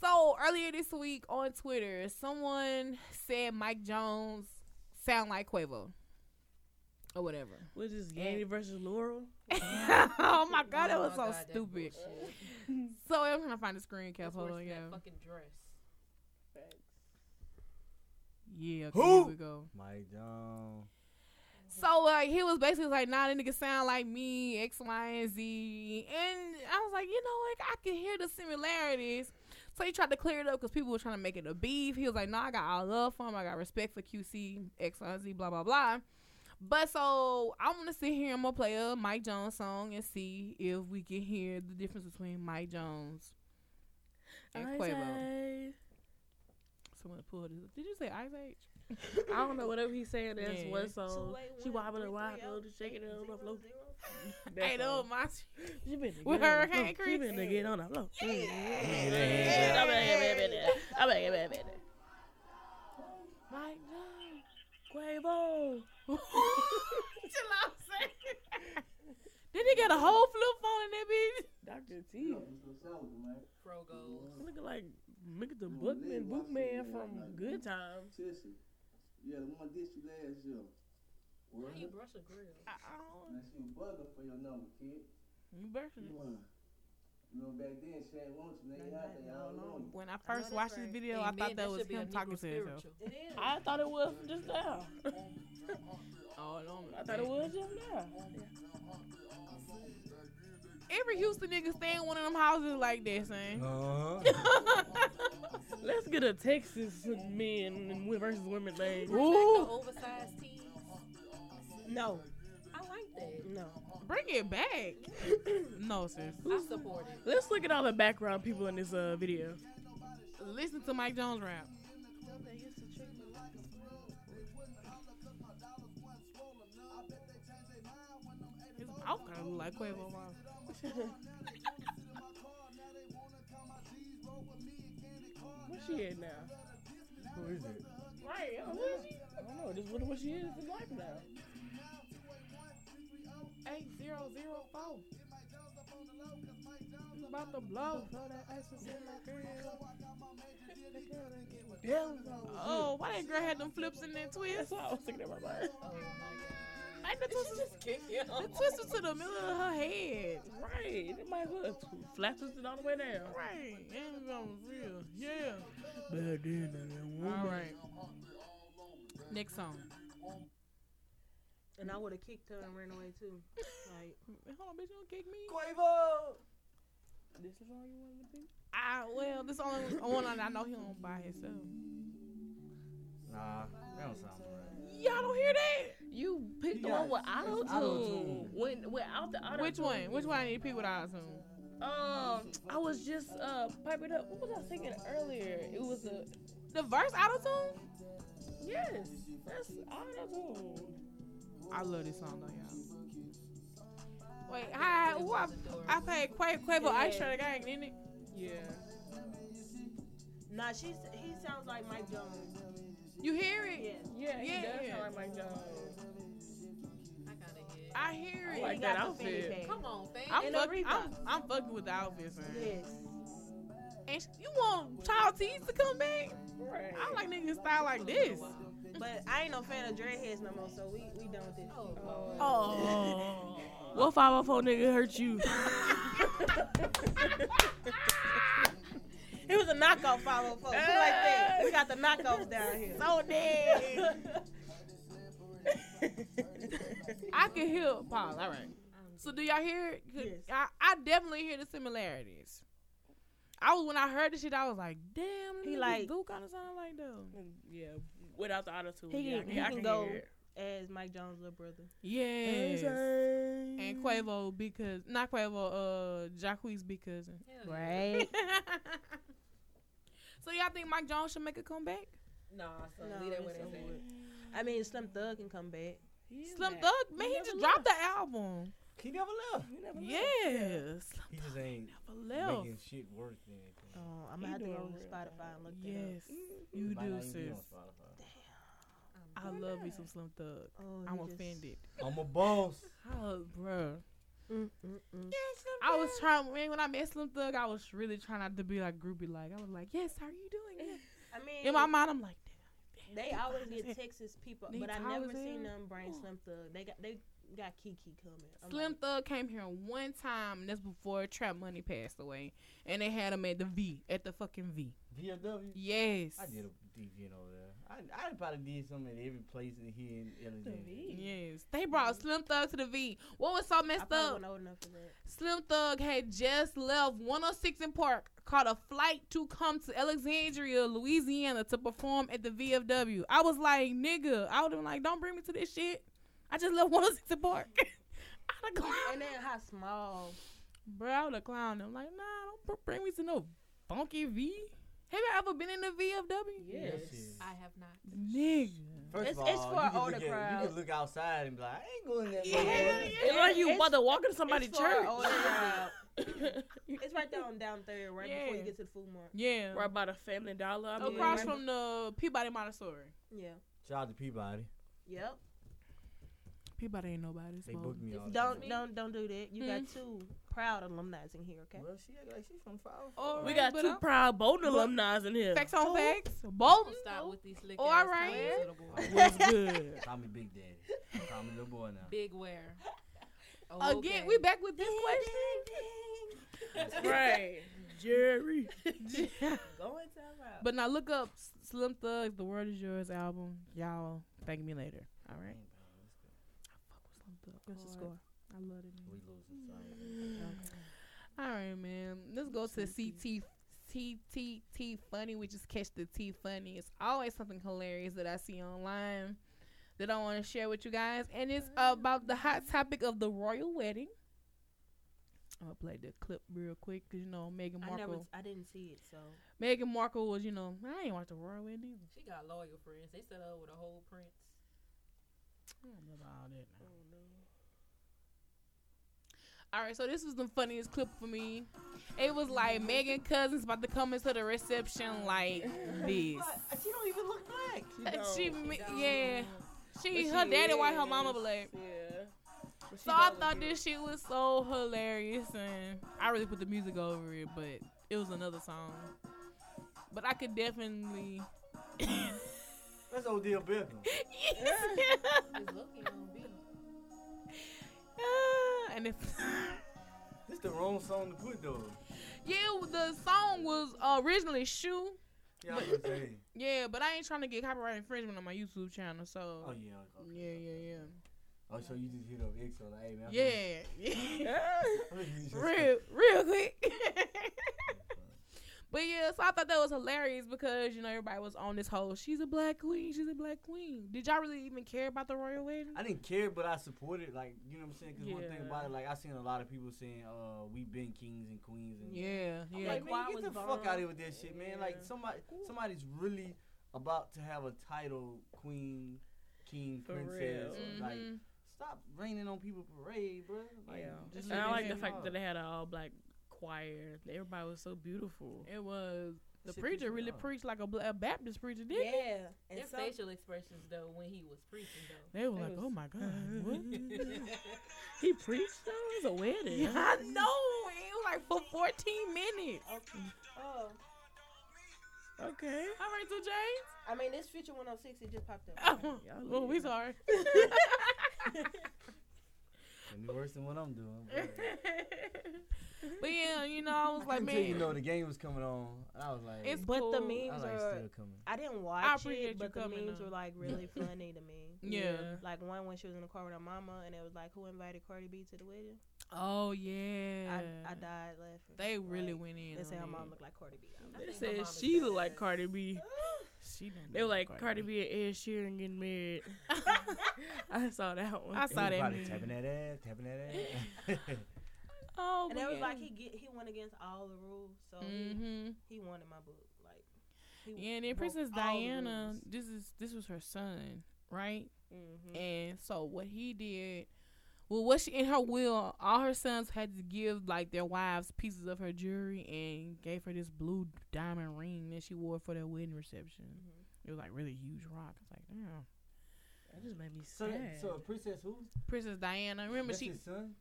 So earlier this week on Twitter, someone said Mike Jones sound like Quavo. Or whatever. What is this, Yandy versus Laurel? oh my god, that was my so God, that stupid. bullshit. So I'm trying to find a screen cap. That's Hold worse on, than yeah. that fucking dress. Yeah, okay, Who? here we go. Mike Jones. So like he was basically like, nah, that nigga sound like me, X, Y, and Z. And I was like, you know, like I can hear the similarities. So he tried to clear it up because people were trying to make it a beef. He was like, nah, I got all love for him. I got respect for QC, X, Y, and Z, blah, blah, blah. But so I'm gonna sit here and I'm gonna play a Mike Jones song and see if we can hear the difference between Mike Jones and Ice Quavo. Age. Someone pulled this. Did you say Ice Age? I don't know whatever he's saying. That's Yeah. one song. Two, eight, She one, wobbling, three, three, oh, wobbling, just shaking it on the zero, floor. zero. That Ain't know song. my She been to With get on the Hurricane floor. She been to Chris. get on the floor. Get that hand down. I'm back, I'm back, I'm back, I'm back, I'm back, I'm back. Mike Jones. Quavo. Did he get a whole flip phone in that bitch? Dr. T. Mm. Frogo. Looking like Mick the Bookman, Bookman from Good Times. Yeah, the one did you last year. How you brush a grill? Uh-uh. Now she was bugging for your number, kid. You bursting it. You won. You know, back then she ain't want you. Now you out there, I don't know you. When I know first that's watched this right. video, I Amen, thought that should was be a him Negro talking to himself. spiritual. It is. I thought it was from just now. Oh, no. I thought it was just now. Every Houston nigga stay in one of them houses like that, son. Uh-huh. Let's get a Texas men and wo- versus women thing. Ooh. Oversized tees. No, I like that. no. Bring it back. no, sis. I support it. Let's look at all the background people in this uh, video. Listen to Mike Jones rap. His mouth kind of look like Quavo mouth. Where she at now? Who is it? Right. I don't know. Just wonder what she is in life now. Eight zero zero four. It's about to blow. Oh, why that girl had them flips in that twist? That's what I was thinking in Oh, my mind. Like the twist, was, the twist was to the middle of her head. Right. It might as well flat twisted all the way down. Right. And I'm real. Yeah. But then I didn't want All it. right. Next song. And I would have kicked her and ran away too. Like, Hold on, bitch, you don't kick me. This is all you wanted to be? I Ah, well, this only one I know he don't buy himself. Nah, that don't sound right. Y'all don't hear that? You picked the Yeah, one with auto it's auto-tune. tune. When without the auto. Which one? Which one I need to pick with eyes on? Um, I was just uh piping up. What was I thinking earlier? It was a The verse auto tune? yes. That's auto tune. I love this song though, y'all. Wait, hi, who I, I played Quavo, Quavo Ice Train Gang, didn't it? Yeah. nah, she's he sounds like Mike Jones. You hear it? Yeah. Yeah. He Yeah. does sound like Mike Jones. I gotta get. I hear I it. like He that got the fanny outfit. pack. Come on, fam. I'm, And a fuck, Reebok. I'm, I'm fucking with the outfits, man. Yes. And sh- you want child teeth to come back? Right. I don't like niggas style like this. But I ain't no fan of dreadheads no more, so we, we done with this. Oh. what 504 nigga hurt you? It was a knockoff 504. We like that. We got the knockoffs down here. So dead. I can hear Paul. All right. So do y'all hear? it? 'Cause Yes. I, I definitely hear the similarities. I was when I heard the shit, I was like, "Damn, He he like- like do kind of sound like them." yeah, without the auto tune. He yeah, I can- can, he I can can go. hear it. As Mike Jones' little brother. Yes, and Quavo because not Quavo, uh, Jacquees big cousin. Right. so y'all think Mike Jones should make a comeback? Nah, son, No, leave that it's where that's over at. I mean, Slim Thug can come back. Slim Thug, man, he just dropped the album. He never left. Yes, Slim He just ain't Thug left. making shit worth anything. Oh, I'm gonna He have to go doing to real Spotify and look Yes, It you might do, not even be sis. on Spotify. I love me some Slim Thug. that up. Oh, I'm he just- offended. I'm a boss. Oh, bro. Mm, mm, mm. I was trying man, when I met Slim Thug, I was really trying not to be like groupie like. I was like, Yes, how are you doing? Yeah. I mean, In my mind I'm like, they always get Texas people, They but I tall never as seen hell. them bring Slim Thug. They got they got Kiki coming. I'm Slim Thug came here one time and that's before Trap Money passed away. And they had him at the V at the fucking V. VFW. Yes. I did a DVN over there. I, I probably did something at every place in here in Illinois. Yes. They brought Slim Thug to the V. What was so I messed probably up? wasn't old enough for that. Slim Thug had just left 106 in Park, caught a flight to come to Alexandria, Louisiana to perform at the VFW. I was like, nigga, I would have been like, don't bring me to this shit. I just left 106 in Park. I'd have And clowned. then how small? Bro, I would have clowned him. Like, nah, don't br- bring me to no funky V. Have you ever been in the VFW? Yes. I have not. Nigga. First It's- of all, it's for you can older look at- You crowd. can look outside and be like, I ain't going that Yeah, way. yeah. It's like you It's- mother walking to somebody's it's for an church. older crowd. It's right there on down third, right before you Yeah. get to the food mart. Yeah. right by the Family Dollar. I believe. Across from the Peabody Montessori. Yeah. Shout out to Peabody. Yep. Peabody ain't nobody. They booked me all the time. Don't don't don't do that. You got two proud alumni in here, okay? Well, she act like she from far. Oh, we got But two I'm- proud Bowden but- alumni in here. Facts on facts. Bolton. Don't start with these slick All ass right. names of the boy. What's good? Call me Big Daddy. Call me little boy now. Big wear. Oh, Again, okay. we back with this right, Jerry. question. Go and tell her. but now look up S- Slim Thug's "The World Is Yours" album. Y'all thank me later. All right. Fuck with Slim Thug. That's the score. I love it. We losing. Sorry. All right, man. Let's go to CT. TTT funny, which is catch the T funny. It's always something hilarious that I see online that I want to share with you guys, and it's about the hot topic of the royal wedding. I'm gonna play the clip real quick because you know Meghan I never Markle. I didn't see it, so Meghan Markle was, you know, I ain't watch the royal wedding either. She got loyal friends. They set her up with a whole prince. I don't know about all that. All right, so this was the funniest clip for me. It was like Megan Cousins about to come into the reception like this. uh, Uh, She don't even look black. she, mi- yeah, she, her daddy white, her mama black. Yeah. But she So I don't thought look this shit was so hilarious, and I really put the music over it, but it was another song. But I could definitely. That's Odell Beckham. It's looking on B. Ah, and if. This the wrong song to put though. Yeah, the song was originally Shoe. Yeah, I was saying. Yeah, but I ain't trying to get copyright infringement on my YouTube channel, so. Oh yeah. Okay. yeah, yeah, Oh, so you just hit up X on the hey man. yeah. Yeah, yeah. I'm gonna use this- real, real quick. but yeah, so I thought that was hilarious because, you know, everybody was on this whole, she's a black queen, she's a black queen. Did y'all really even care about the royal wedding? I didn't care, but I supported. Like you know what I'm saying? Because one thing Yeah. about it, like I seen a lot of people saying, "Uh, we been kings and queens." And Yeah, I'm yeah. like, Why man, was get the Von- fuck out of here with that shit, man. Like Yeah. somebody, somebody's really about to have a title, queen, king, For princess. real. Mm-hmm. or, Like, stop raining on people parade, bro. Like, Yeah. Just and I look like at the him. fact that they had an all black choir. Everybody was so beautiful. It was. The Shit preacher pissed me really off. preached like a, bla- a Baptist preacher, didn't he? yeah. And Their so facial expressions though when he was preaching though. They were It like, was- oh my God, what? He preached though. It was a wedding. Yeah, I know. It was like for 14 minutes. oh Okay. All right, so James. I mean, this Future 106, it just popped up. Oh, Y'all well, we weird. sorry. It'd be worse than what I'm doing. but- But yeah, you know, I was like, Until you man, know the game was coming on, and I was like, it's But cool. the I memes was like are. still coming. I didn't I watch appreciate it, you but the coming memes up. were like really funny to me. Yeah. Like one when she was in the car with her mama, and it was like, "Who invited Cardi B to the wedding?" Oh yeah. I, I died laughing. they really Like, went in. They say on her it. mom looked like Cardi B. I was I like, They think my said mom is she bad. looked like Cardi B. She done They were looked like Cardi B and Ed Sheeran getting married. I saw that one. I saw that. Everybody meme. tapping that ass, tapping that ass. Oh, and it was like he get he went against all the rules, so he, Mm-hmm. he won in my book. Like, he Yeah, and then broke Princess all the Diana. rules. This is this was her son, right? Mm-hmm. Mhm. And so what he did, well, what she in her will, all her sons had to give like their wives pieces of her jewelry, and gave her this blue diamond ring that she wore for their wedding reception. It was like really huge rock. It's like damn, That just made me so, that- so princess who? Princess Diana. Remember That's she his son.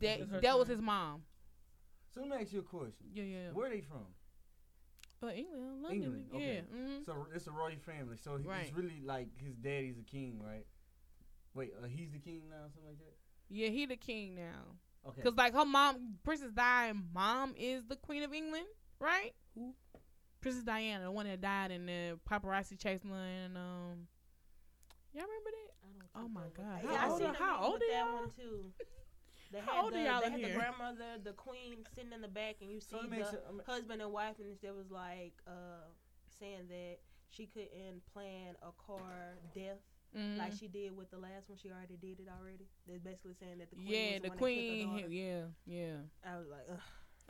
That's that her that was son. his mom. So let me ask you a question. Yeah, yeah. Where they from? But England, London. England, okay. Yeah. Mm-hmm. So it's a royal family. So he- Right. it's really like his daddy's a king, right? Wait, uh, he's the king now, something like that. Yeah, he the king now. Okay. Cause like her mom, Princess Diana, mom is the Queen of England, right? Who? Princess Diana, the one that died in the paparazzi chase line. Um, y'all remember that? I don't Oh keep my up with God. that. How yeah, I old seen are- the how meme old with are that y'all? one too. They How had old are the, y'all they in had here? the grandmother, the queen sitting in the back, and you see so it the makes it, I mean, husband and wife, and there was like uh, saying that she couldn't plan a car death Mm. like she did with the last one. She already did it already. They're basically saying that the queen yeah, was the the, one queen. that killed her daughter. Yeah, yeah. I was like, Ugh.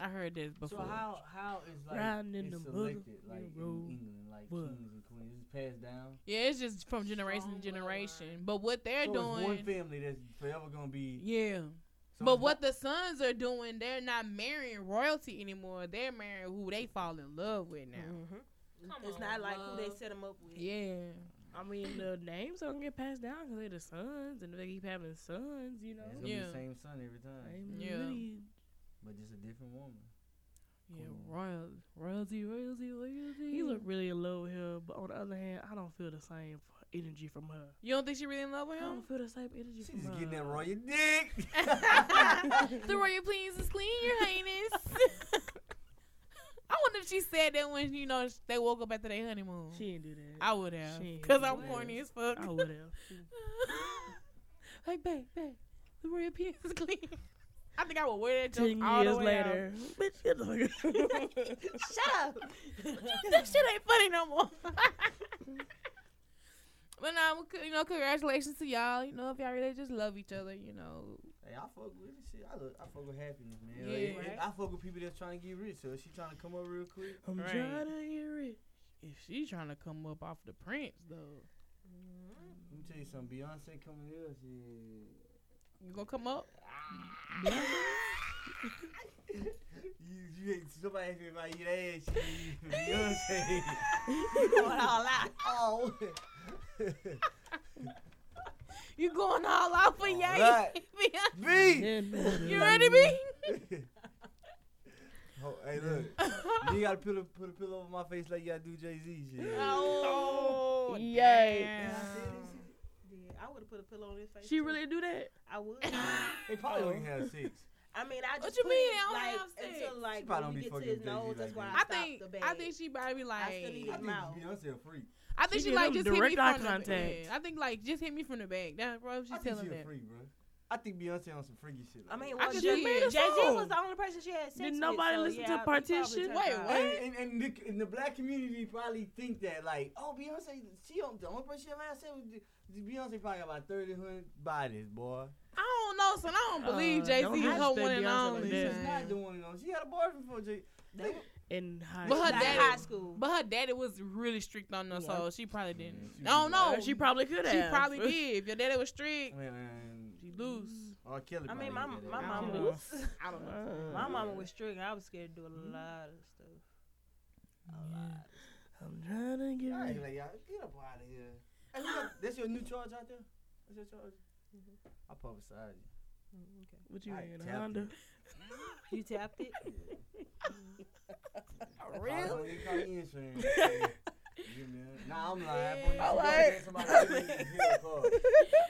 I heard this before. So how how is like Riding in it's the selected like in road. England, like What? kings and queens, it's passed down. yeah, it's just from generation to Strong generation. bloodline. But what they're so it's one doing, family that's forever gonna be. yeah. so but it's what the sons are doing, they're not marrying royalty anymore. They're marrying who they fall in love with now. Mm-hmm. Mhm. Come it's on, not like who they love. set them up with. Yeah. I mean, the names don't get passed down because they're the sons, and if they keep having sons, you know. It's gonna be Yeah. the same son every time, I'm Yeah. really- but just a different woman. Yeah, Cool. royal, royalty, royalty, royalty. He looked really in love with her, but on the other hand, I don't feel the same f- energy from her. You don't think she really in love with I him? don't feel the same energy She's from just her. getting that royal dick. the royal please is clean, your highness. I wonder if she said that when you know sh- they woke up after their honeymoon. She didn't do that. Oh, I would have, She- cause I'm what? corny as fuck. I would have. Oh. like, babe, babe, the royal please is clean. I think I would wear that joke Ten all years the way out. later, bitch, you know. Shut up. that shit ain't funny no more. but now, you know, congratulations to y'all. You know, if y'all really just love each other, you know, Hey, I fuck with this shit. I, look, I fuck with happiness, man. Yeah. Like, if- I fuck with people that's trying to get rich. So if she trying to come up real quick, I'm Right. trying to get rich. if she's trying to come up off the prince though, let me tell you something. Beyonce coming here, shit. you gonna come up? You, you ain't- somebody asked me if I eat ass. Shit. Beyonce. Going all out. oh. You going all out for All Ye? right. B. Yeah, no, no, you no, ready, no. B? oh, hey, look. you gotta put a, put a pillow over my face like y'all do Jay Z. Shit. Oh, Yay. damn. Yeah, I would have put a pillow on his face. She too. really do that? I would. They Oh. probably don't even have sex. I mean, I What just you put mean it, they don't like, have sex? until like when probably don't you be get fucking to his with Jay-Z nose. like That's why that. I, I stopped think the bag. I think she probably like I still need I think, it. think Mouth. Beyonce a freak. she, She gave like him just hit me direct eye from the contact. back. I think like just hit me from the back. That's bro. She's I think telling she a that. freak, bro. I think Beyonce on some freaky shit. I Like mean, that. well, just Jay Z made a song. was the only person she had sex Did with. nobody so, listen to yeah, he probably Partition? turned Wait, out. what? And, and, and, the, and the black community probably think that like, oh Beyonce, she don't, the only person she ever had sex with. Beyonce probably got about 30, 100 bodies, boy. I don't know, son. I don't Uh, believe Jay don't Z is have to her say one and Beyonce like only. that. She's son. not doing it on. She had a boyfriend before Jay. They, In high But her Like daddy- high school. But her daddy was really strict on her, so she probably Yeah, didn't. she No, was no, She probably could have. She probably did. If your daddy was strict, man, she loose. R. Kelly. I mean, my probably did my that. I mama don't was I don't know. Uh, my mama was strict. I was scared to do a lot of stuff. A lot. I'm trying to get Y'all rich. act like y'all- get up out of here. Hey, you got- that's your new charge out there. That's your charge. Mm-hmm. I publicize you. What you I in tapped Honda? it. You tapped it. Really? they call you insurance. Yeah, man. Nah, I'm lying. Boy, you I gotta like- get somebody to give you a call.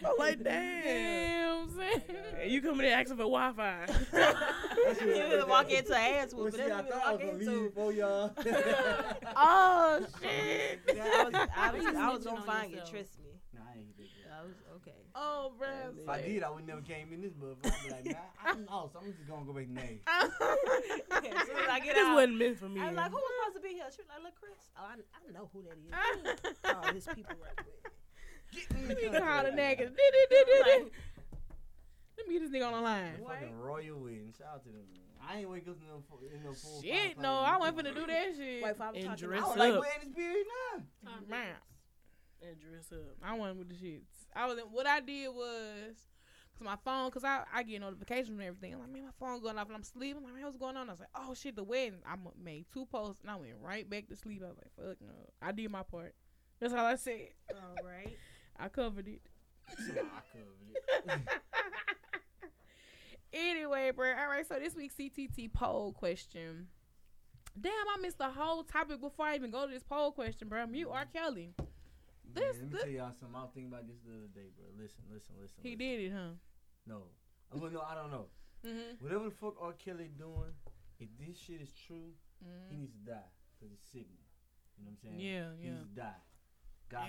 I'm like, Mm. damn. I'm saying. And you come in there asking for Wi Fi. That's You what- really walk into an ass Well, whooping. see, That's I what you thought I was walk gonna into. leave for y'all. Oh shit! I was, I was, Please I was mention gonna on find you. yourself. Trust me. nah, I ain't big. I was okay. Oh, bruh. If I did, I would never came in this motherfucker. I'd be like, nah, I'm lost. I'm just gonna go back name. as soon as I get this out, wasn't meant for me. I was like, "Who was supposed to be here?" She was like, "Look, Chris. Oh, I, I know who that is. oh, his people right quick. Get me Let me country. call the nigga. Like, Let me get this nigga on the line. Fucking Royal Wedding. Shout out to them. I ain't wake up in no four, in no four. Shit, no, I wasn't finna do that shit. wait, if I was And talking I dress don't about, like up. wearing this beard now. Man, And dress up. I wasn't with the shits. I was not what I did was cause my phone, cause I, I get notifications and everything. I'm like, man, my phone going off and I'm sleeping. I'm like, man, what's going on? I was like, oh shit, the wedding. I mu- made two posts and I went right back to sleep. I was like, fuck no, I did my part. That's all I said. all right. I covered it. Nah, I covered it. anyway, bro. All right, so this week's CTT poll question. Damn, I missed the whole topic before I even go to this poll question, bro. Mute R. Kelly. Man, This- let me this- tell y'all something. I was thinking about this the other day, bro. Listen, listen, listen. He listen. did it, huh? No. I'm gonna, no, I don't know. Mm-hmm. Whatever the fuck R. Kelly doing, if this shit is true, he needs to die because it's sickening. You know what I'm saying? Mm-hmm. Mm. Yeah, He yeah. needs to die. God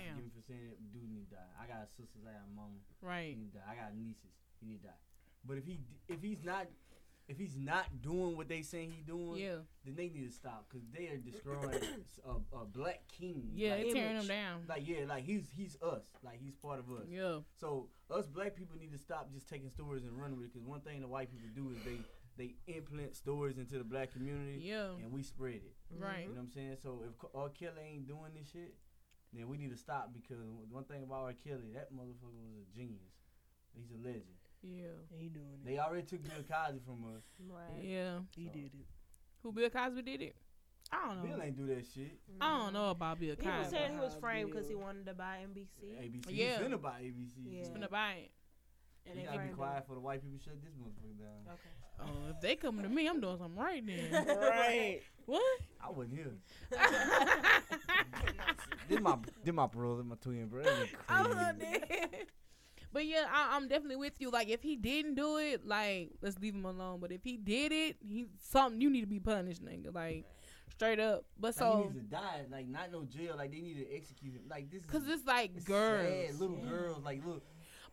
Damn. forgive me for saying it. Dude need to die. I got sisters. I got mama. He Right. need to die. I got nieces. He need to die. But if he d- if he's not if he's not doing what they saying he doing, Yeah. then they need to stop because they are destroying s- a, a black king. Yeah, like, they tearing image. him down. Like yeah, like he's he's us. Like he's part of us. Yeah. So us black people need to stop just taking stories and running with it. Because one thing the white people do is they they implant stories into the black community Yeah. and we spread it. Right. You know what I'm saying? So if K- R. Kelly ain't doing this shit, then we need to stop because one thing about R. Kelly, that motherfucker was a genius. He's a legend. Yeah. He doing it. They already took Bill Cosby from us. Right. Yeah. He So- did it. Who Bill Cosby did it? I don't know. Bill ain't do that shit. I don't know about Bill He was Cosby. saying he was Wow, framed because he Bill. wanted to buy NBC. ABC. Yeah. He's finna buy ABC. Yeah. Finna buy it. And you they gotta be framed him. quiet for the white people shut this motherfucker down. Okay. Oh, if they coming to me, I'm doing something right then. Right. what? I wasn't here. Did my did my brother, my twin brother. Crazy. But yeah, I, I'm definitely with you. Like, if he didn't do it, like, let's leave him alone. But if he did it, he something you need to be punished, nigga. Like, straight up. But Like, he so, needs to die, like not no jail. Like they need to execute him. Like this is cause it's like it's girls. sad, little girls. Like look,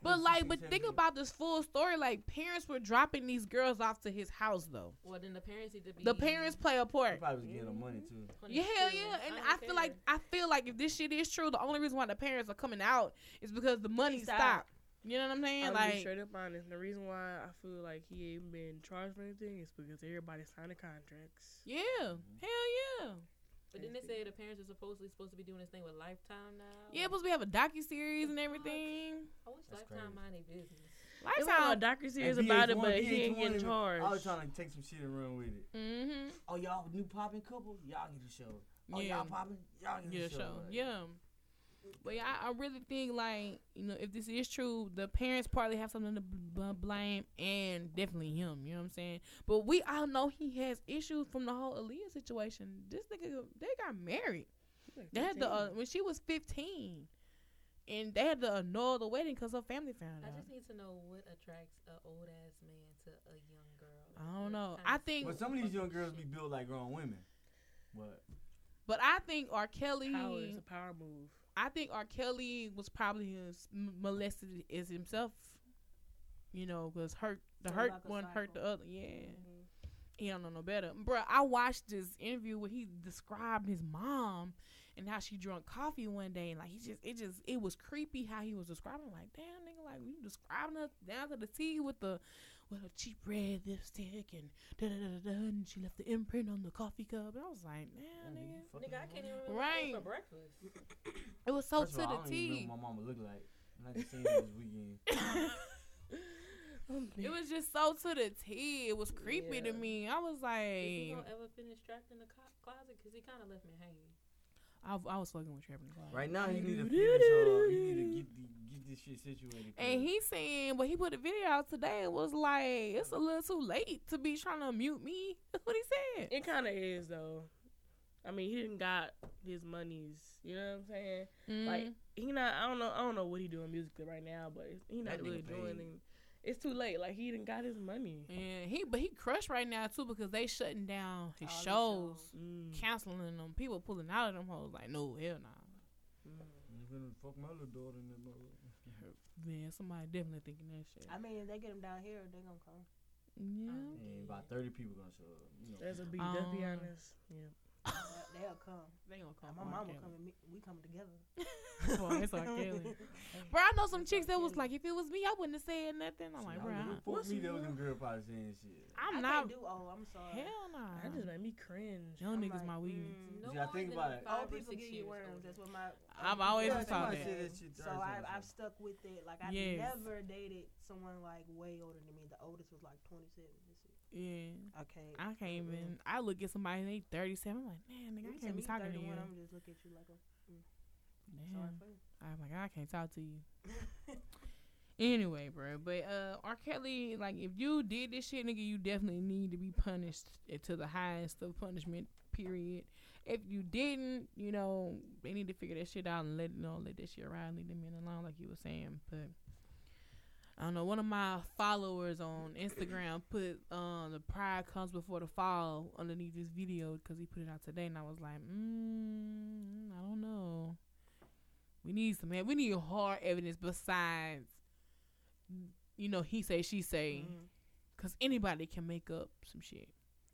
But look, like, she's but 10 think years. about this full story. Like, parents were dropping these girls off to his house though. Well, then the parents need to be. The parents play a They part. probably was getting them money too. Yeah, hell yeah. And I, feel like I feel like if this shit is true, the only reason why the parents are coming out is because the money Stopped. stopped. You know what I'm saying? I'm like, be straight up honest. The reason why I feel like he ain't been charged for anything is because everybody signed the contracts. yeah, hell yeah. But then they say the parents are supposedly supposed to be doing this thing with Lifetime now. Yeah, because we have a docu series and everything. I wish That's Lifetime crazy. mind their business. It was on a Lifetime. docu series And about it, VH1, but he ain't VH1 getting even- charged. I was trying to take some shit and run with it. Mm-hmm. Oh y'all new popping couple, y'all get a show. Oh Yeah. y'all popping, y'all get a Yeah, show. show. Like, Yeah. But yeah, I, I really think like you know if this is true, the parents probably have something to bl- bl- blame, and definitely him. You know what I'm saying? But we all know he has issues from the whole Aaliyah situation. This nigga, they got married. They had the uh, when she was 15, and they had to annul the wedding because her family found I out. just need to know what attracts a old ass man to a young girl. I don't What know. kind I of think- But some of these young girls be built like grown women. But But I think R. Kelly. power is a power move. I think R. Kelly was probably as m- molested as himself. You know, because hurt the Sounds hurt like a one hurt cycle. Mm-hmm. the other. Yeah, he don't know no better, Bruh, I watched this interview where he described his mom and how she drunk coffee one day, and like he just it just it was creepy how he was describing. Like, damn nigga, like you describing us down to the T with the with a cheap red lipstick and da da da da, da, and she left the imprint on the coffee cup. And I was like, oh, damn Mm-hmm. nigga, Nigga, I can't even remember Right. right. for breakfast. it was so First to of all, the I don't T. even know what my mama look like. I'm not just saying this weekend. Oh, It was just so to the T. It was creepy to Yeah. me. I was Is he like, gonna ever finish trapped in the co- closet? Cause he kind of left me hanging. I, I was fucking with Trevor Nicole. Right now, you need to finish. Uh, you need to get the, get this shit situated. 'cause And he saying, but he put a video out today and was like, it's a little too late to be trying to mute me. That's what he said. It kind of is though. I mean, he didn't got his monies. You know what I'm saying? Mm. Like he not. I don't know. I don't know what he doing musically right now, but he not That nigga really doing. paid. Anything. It's too late. Like he didn't got his money. yeah, he but he crushed right now too because they shutting down Oh, his All the shows. shows, Mm. canceling them, people pulling out of them hoes. Like no hell nah. gonna fuck my little daughter in that motherfucker. Man, somebody definitely thinking that shit. I mean, if they get them down here, they gonna come. Yeah. Yeah, about thirty people gonna show up. You know, That's a beat. Let's be Um, honest. Yeah. They'll- They'll come. They gonna call My mama coming. me- We coming together. Boy, it's R. Kelly. Bro, I know some chicks that was like, if it was me, I wouldn't have said nothing. I'm like, bro, I- fuck me, that was them girl probably saying shit. I'm I not. can't do. Oh, I'm sorry. Hell nah. That just made me cringe. Young I'm niggas like, my weakness. mm, No See, I more think than about it. five Old or people six give years you worms. older. That's what my. I've always Yeah, was somebody taught that. said that shit So I've, Thursday or I've something. stuck with it. Like I Yes. never dated someone like way older than me. The oldest was like 27. That's it. Yeah, I can't. I can't even. I look at somebody and they 37. I'm like, man, You nigga, I tell can't be me talking to you. 31, I'm just look at you like a sorry Damn. for you. I'm like, I can't talk to you. Anyway, bro, but uh, R. Kelly, like, if you did this shit, nigga, you definitely need to be punished to the highest of punishment. Period. If you didn't, you know, they need to figure that shit out and let you know, let that shit ride, leave them in alone, like you were saying. But I don't know. One of my followers on Instagram put um the pride comes before the fall underneath this video because he put it out today, and I was like, mm, I don't know. We need some man. We need hard evidence besides, you know, he say she say, Mhm. because anybody can make up some shit.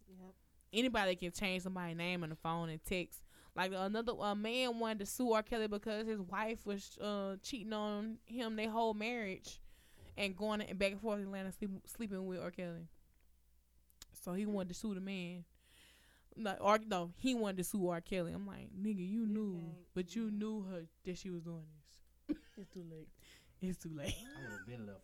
Yep. Anybody can change somebody's name on the phone and text. Like another a man wanted to sue R. Kelly because his wife was uh, cheating on him their whole marriage, and going and back and forth in Atlanta sleep, sleeping with R. Kelly. So he wanted to sue the man. No, or, no, he wanted to sue R. Kelly. I'm like, nigga, you knew, can't- but you yeah. knew her that she was doing this. It's too late. It's too late. I would have been left.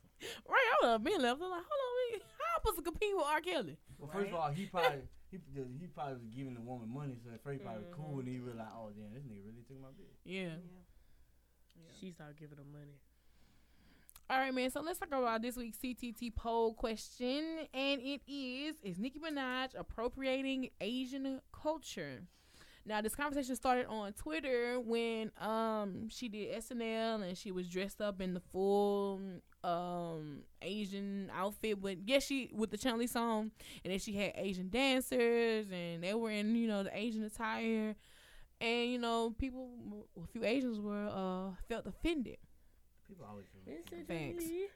Right, I would have been left. I'm like, hold on, wait, how am I supposed to compete with R. Kelly? Well, first of all, he probably he he probably was giving the woman money, so at first he probably was Mm-hmm. cool, and he realized, oh damn, this nigga really took my bitch. Yeah. She started giving him money. All right, man. So let's talk about this week's CTT poll question, and it is: Is Nicki Minaj appropriating Asian culture? Now, this conversation started on Twitter when um she did SNL and she was dressed up in the full um Asian outfit, but yes, she with the Chun Li song, and then she had Asian dancers, and they were in you know the Asian attire, and you know people, a few Asians were uh felt offended. People always feel me. It's a Thanks. Julie.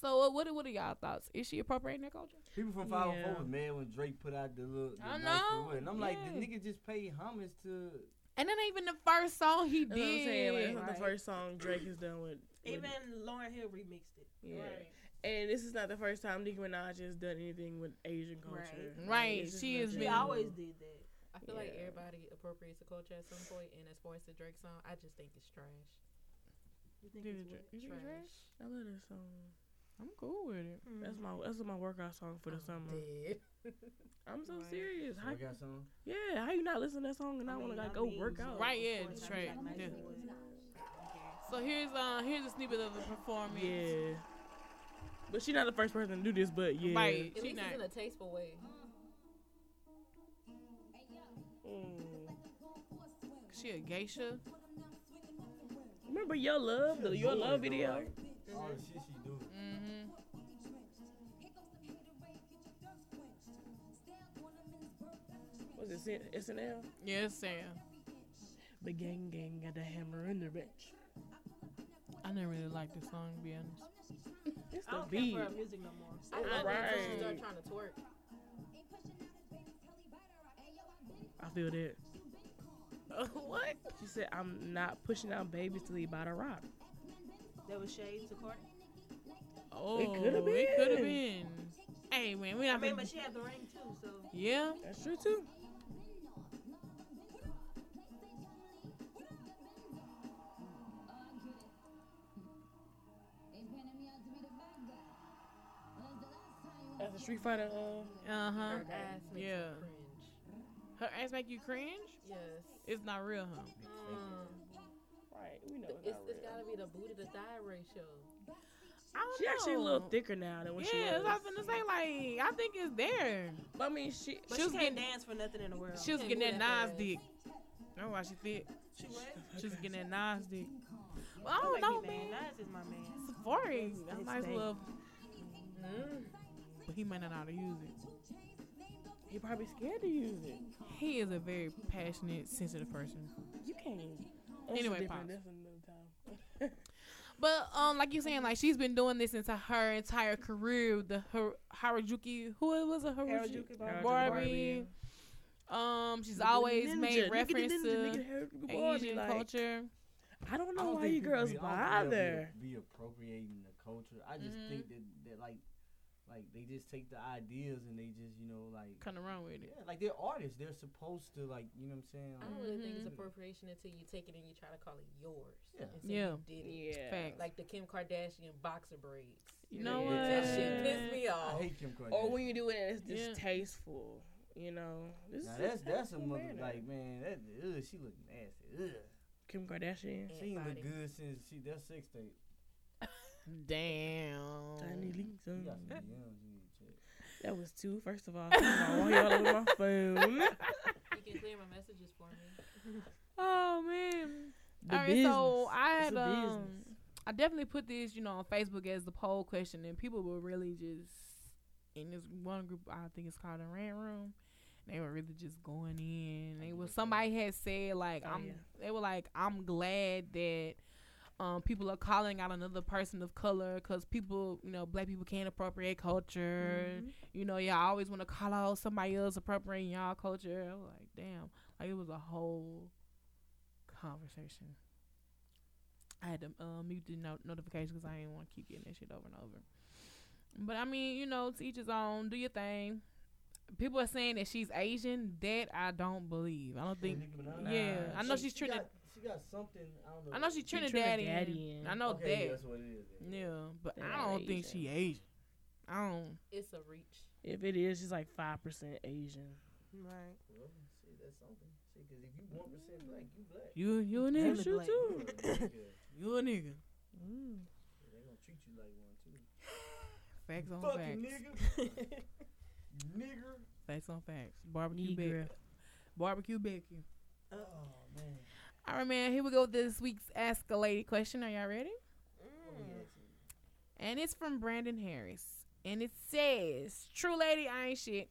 So uh, what are- what are y'all thoughts? Is she appropriating that culture? People from Yeah. 504 was mad when Drake put out the little. The I nice know, Way. And I'm like, the yeah. nigga just paid homage to. And that ain't even the first song he That's what I'm saying. Like, did. this is Right. the first song Drake has done with. with- Even Lauren Hill remixed it. yeah. And this is not the first time Nicki Minaj has done anything with Asian culture. Right. Like, Right, it's just she has She been- nothing. always did that. I feel like Yeah. everybody appropriates the culture at some point, and as far as the Drake song, I just think it's trash. You think Did it's it- what? you think it's Trash. trash? I love that song. I'm cool with it. Hmm. That's my that's my workout song for the I'm summer. dead. I'm so Right. serious. So How, I got some. yeah, how you not listen to that song and I I, want to mean, like I go mean, work so out? Right, yeah, Of course, it's I be trash. like, Yeah. Nicki Minaj. So here's uh here's a snippet of the performance. Yeah. But she not the first person to do this, but yeah. Right. At She least not. it's in a tasteful way. Mm. She a geisha. Remember your love, the your love video. All the shit she do. Mm-hmm. Was it Sin- SNL? Yes, Sam. The gang gang got the hammer and the wrench. I didn't really like this song to be honest. It's I the don't care beat. for her music no more. I love it until she Right. start trying to twerk. I feel that. what? She said, "I'm not pushing out babies till he buy the rock." There was shades to Cardi. Oh, coulda It could have been. been. Hey man, we I not. mean, been. but she had the ring too, so yeah. That's true too. That's a Street Fighter. Uh, Uh huh. Her ass makes Yeah. me cringe. Her ass make you cringe? Yes. It's not real, huh? um, Mm. right, we know Th- it's, It's, not it's real. gotta be the booty to thigh ratio. I don't She actually a little know. thicker now than when she Yeah, was. that's what I was gonna say. Like, I think it's there. But I mean, she. but She she, was can't getting- dance for nothing in the world. She was Can't getting do that that Nas fast. dick. That's why she thick. She what? She's getting that Nas dick. Well, I don't know, man. Nas is my Oh, man. Safari, That's- that's that's nice dank. little. Mm-hmm. But he might not know how to use it. You're probably scared to use it. He is a very passionate, sensitive person. You can't. a That's Anyway, different- pause. different. that's That's another time. But um, like you saying, like she's been doing this into her entire career. with The Har- Harajuki, who it was a Harajuki, Harajuki Barbie. Barbie. Um, she's always made reference to Asian culture. I don't I know don't why think you people girls be- I don't think they'll bother. Be, be appropriating the culture. I just Mhm. think that, that like like they just take the ideas and they just you know like Kind of wrong with yeah it. like they're artists. They're supposed to like you know what I'm saying. I Like, don't really think it's Mhm. appropriation until you take it and you try to call it yours. Yeah. and say Yeah. You did it. Yeah. Facts. Like the Kim Kardashian boxer braids. You know Yeah. what? That shit pissed me I off. hate Kim Kardashian. Or when you do it and it's Yeah. distasteful. You know, this now is that's that's a distasteful mother manner. like man that ugh, she look nasty. Ugh. Kim Kardashian. She ain't Everybody. look good since she that sex tape. Damn. Um, Tiny links. She on- got some DMs Mm-hmm. you need to check. That was two. First of all, I don't want y'all over my phone. You can clear my messages for me. Oh man. The All right, so I had It's a business. um, I definitely put this, you know, on Facebook as the poll question, and people were really just in this one group. I think it's called the rant room. They were really just going in. They was somebody had said like Oh, I'm. yeah. They were like I'm glad that um people are calling out another person of color because people, you know, black people can't appropriate culture. Mm-hmm. You know, y'all always want to call out somebody else appropriating y'all culture. I was like, damn, like it was a whole conversation. I had to um, mute the no- notification because I didn't want to keep getting that shit over and over. But I mean, you know, to each his own. Do your thing. People are saying that she's Asian. That I don't believe. I don't think. Nicki Minaj? yeah, I know She- she's she Trinidad. got- She got something. I don't know. I know she's She uh, Trinidadian. Trinidadian. I know okay, yeah, that. that's what it is. then. Yeah, but That I don't think Asian. she Asian. I don't. It's a reach. If it is, she's like five percent Asian. Right. Well, see, that's something. See, because if you one percent black, you black. You you a Really nigga black. too. Yeah, they You a nigga. gonna treat you like one too. Facts on facts. Fucking nigga, nigger. Facts on facts. Barbecue Becky. Barbecue Becky. Oh man. All right, man. Here we go with this week's Ask a Lady question. Are y'all ready? Oh, yeah, see. And it's from Brandon Harris. And it says, True lady, I ain't shit.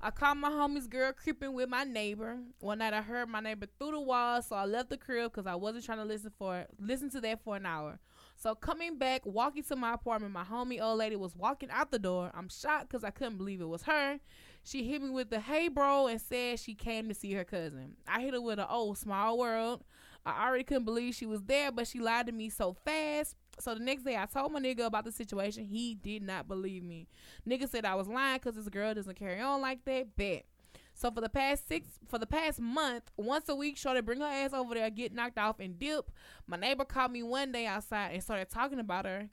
I caught my homie's girl creeping with my neighbor. One night I heard my neighbor through the wall, so I left the crib because I wasn't trying to listen for listen to that for an hour. So coming back, walking to my apartment, my homie old lady was walking out the door. I'm shocked because I couldn't believe it was her. She hit me with the hey bro and said she came to see her cousin. I hit her with a oh small world. I already couldn't believe she was there, but she lied to me so fast. So the next day, I told my nigga about the situation. He did not believe me. Nigga said I was lying because this girl doesn't carry on like that. Bet. So for the past six, for the past month, once a week, Shorty bring her ass over there, get knocked off and dip. My neighbor called me one day outside and started talking about her,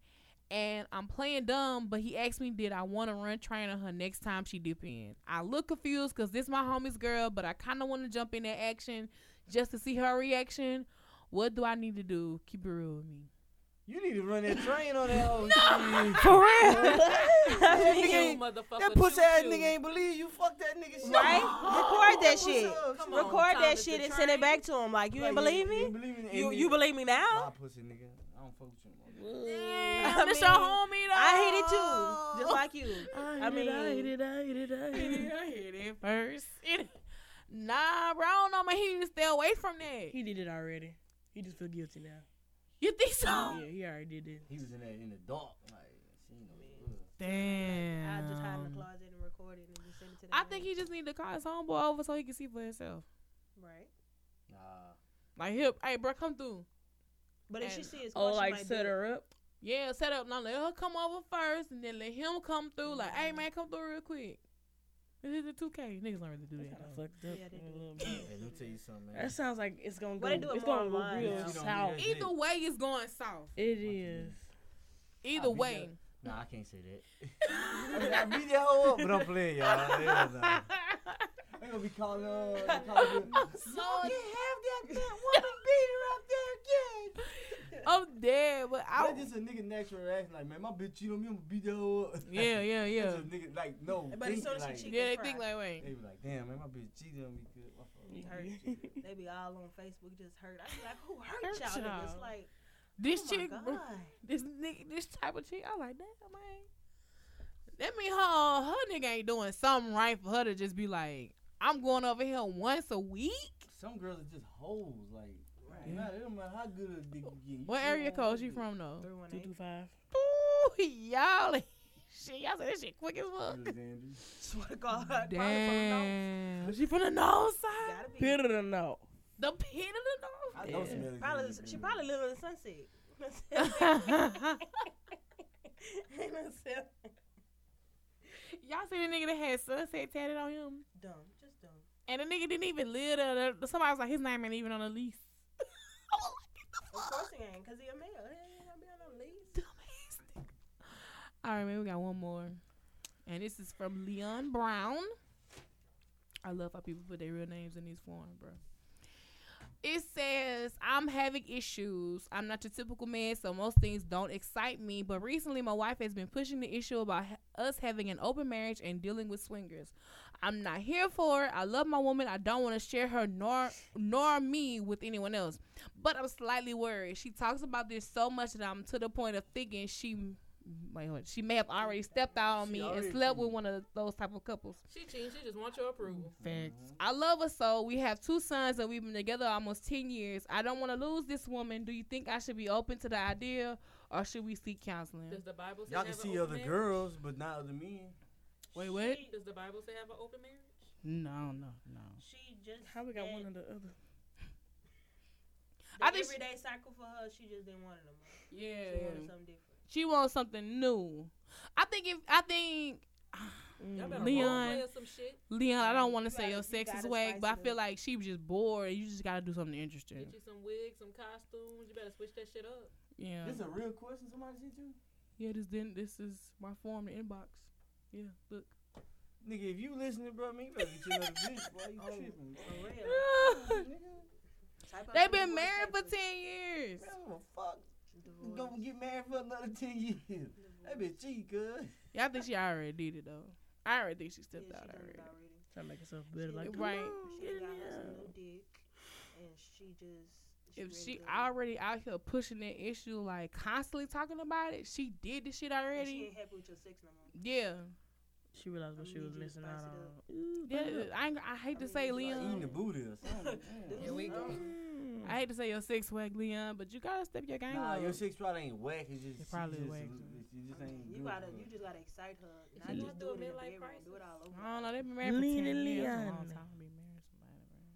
and I'm playing dumb, but he asked me did I want to run train on her next time she dip in. I look confused because this my homie's girl, but I kind of want to jump in that action just to see her reaction. What do I need to do? Keep it real with me. You need to run that train on that old no! For real? that You nigga ain't, motherfucker. that pussy ass choo-choo. nigga ain't believe you. Fuck that nigga shit. Right? Record that What's shit. up? Come She on, like, Record that Thomas shit the and send Train. it back to him. Like you ain't like, believe You me? ain't believe me. And You nigga, you believe me My now? pussy nigga. I don't fuck with you. motherfucker. Damn, I it's your mean, homie though. I hate it too, just like you. I hate it, I mean- hate it, I hate it, I hate it. I hit it first. It- nah, bro, I don't know, man. He need to stay away from that. He did it already. He just feel guilty now. You think so? Yeah, he already did it. He was in there in the dark. Like, she ain't no good. Damn. I just hide in the closet and record it and just send it to. the I man. think he just need to call his homeboy over so he can see for himself. right. Nah. Like, hip, hey, bro, come through. But if she And- sees, Oh, she like might set do it. her up. Yeah, set up. Now let her come over first, and then let him come through. Like, hey, man, come through real quick. This is the 2K. Niggas don't really do That's that. kind of though. fucked up. Yeah, they a do. little Hey, bit. let me tell you something, man. That sounds like it's gonna go. Well, they do it it's more gonna go online real now. south. Yeah. Either way, it's going south. It is. Either I'll be way. Nah, I can't say that. I beat that hoe up, but I'm playing, y'all. Yeah, nah. They gonna be calling her. they calling her- So I'm dead, but I. That's just a nigga natural reaction. Like, man, my bitch cheat on me. I'm gonna beat that hoe up. Yeah, yeah, yeah. That's a nigga, like, no. But as thinking, soon as she like, cheat- Yeah, they think like, wait. They be like, damn, man, my bitch cheated on me. Good. my phone hurt. they be all on Facebook just hurt. I be like, who hurt, Hurt y'all? y'all. niggas? Like, This oh my chick, God. this nigga, this type of chick, I like that, man. That mean her, her nigga ain't doing something right for her to just be like, I'm going over here once a week. Some girls are just hoes. Like, it matter- it don't matter how good a dick you get. you What still area want code that she dick. from though? Three one Two two eight. five. Ooh, y'all, shit, y'all said that shit quick as fuck. Alexander. Swear to God. probably from the north. Damn, she from the north side, Gotta be. Better than no. the pit of I the know north. some Alexander Probably, people. she probably live in the sunset. y'all see the nigga that had sunset tatted on him, dumb, just dumb. and the nigga didn't even live there. The- Somebody was like, his name ain't even on the lease. I was like, Of course he ain't, cause he a male. He ain't gonna be on no lease. dumbass. All right, man, we got one more. And this is from Leon Brown. I love how people put their real names in these forms, bro. It says, I'm having issues. I'm not your typical man, so most things don't excite me. But recently, my wife has been pushing the issue about ha- us having an open marriage and dealing with swingers. I'm not here for it. I love my woman. I don't want to share her nor nor me with anyone else but I'm slightly worried. She talks about this so much that I'm to the point of thinking she, wait, hold on. she may have already stepped out on She me and already slept cheated. with one of those type of couples. She cheating. She just wants your approval. Facts. Mm-hmm. I love her so. We have two sons and we've been together almost ten years. I don't want to lose this woman. Do you think I should be open to the idea, or should we seek counseling? Does the Bible say Y'all can have an see open other marriage? girls, but not other men. Wait, what? She- Does the Bible say have an open marriage? No, no, no. She just How we got one of and the other? the I think she- everyday cycle for her. She just didn't want it no more. Yeah, She wanted something different. she wants something new. I think if I think Mm. Mm. Y'all better Leon- roleplay or some shit. Leon, I don't want to You say gotta- your you sex is gotta whack, spice but I it feel up. like she was just bored. and You just gotta do something Get interesting. you some wigs, some costumes. You better switch that shit up. Yeah. This a real question somebody sent you? Yeah, this then this is my form the inbox. Yeah, look. Nigga, if you listening, bro, me, you better get you another bitch. Why you tripping, bro? For real. Type of They've been divorce married for papers. ten years. Man, I don't give a fuck. Divorce. Gonna get married for another 10 years. That bitch cheat, cuz. Yeah, I think she already did it though. I already think she Yeah, stepped she out done already. about ready. Trying to make herself better like She that. Right. She done got her some new dick, and she just. She If she already already, out here pushing that issue, like constantly talking about it, she did this shit done. And she already. ain't happy with your sex no more. Yeah, She realized what I she was need you to missing spice out it on. Ooh, yeah. bring it up. I, ain't- I hate to I say mean, it's like- Leon. Eating the booty or something. This Damn. is- um, Mm. I hate to say your six whack, Leon, but you gotta step your game Nah, up. your six probably ain't whack. It's just It probably she just, whack. She just ain't You good gotta, for you it. just gotta excite her. She Not going just through do a it in the midlife bedroom, do it crisis. all over. I don't know. They've been married for ten Leon. years. That's a long time to be married to somebody, bro.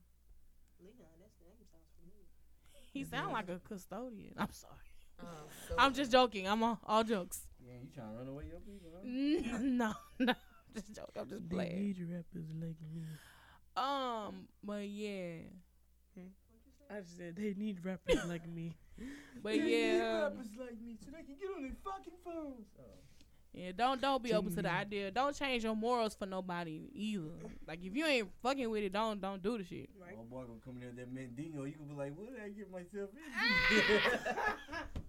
Leon, that's the name sounds familiar. He sound like a custodian. I'm sorry. Um, I'm just joking. I'm all, all jokes. Yeah, you trying to run away your people, huh? N- no, no, just joke. I'm just They playing. need rappers like me. Um, but yeah, I just said they need rappers like me. but these yeah, um, rappers like me so they can get on their fucking phones. Oh. yeah. Don't don't be open to the Jimmy. idea. Don't change your morals for nobody either. Like if you ain't fucking with it, don't don't do the shit. Right? Old boy gonna come in there with that Mandingo. You gonna be like, what did I get myself Ah! into?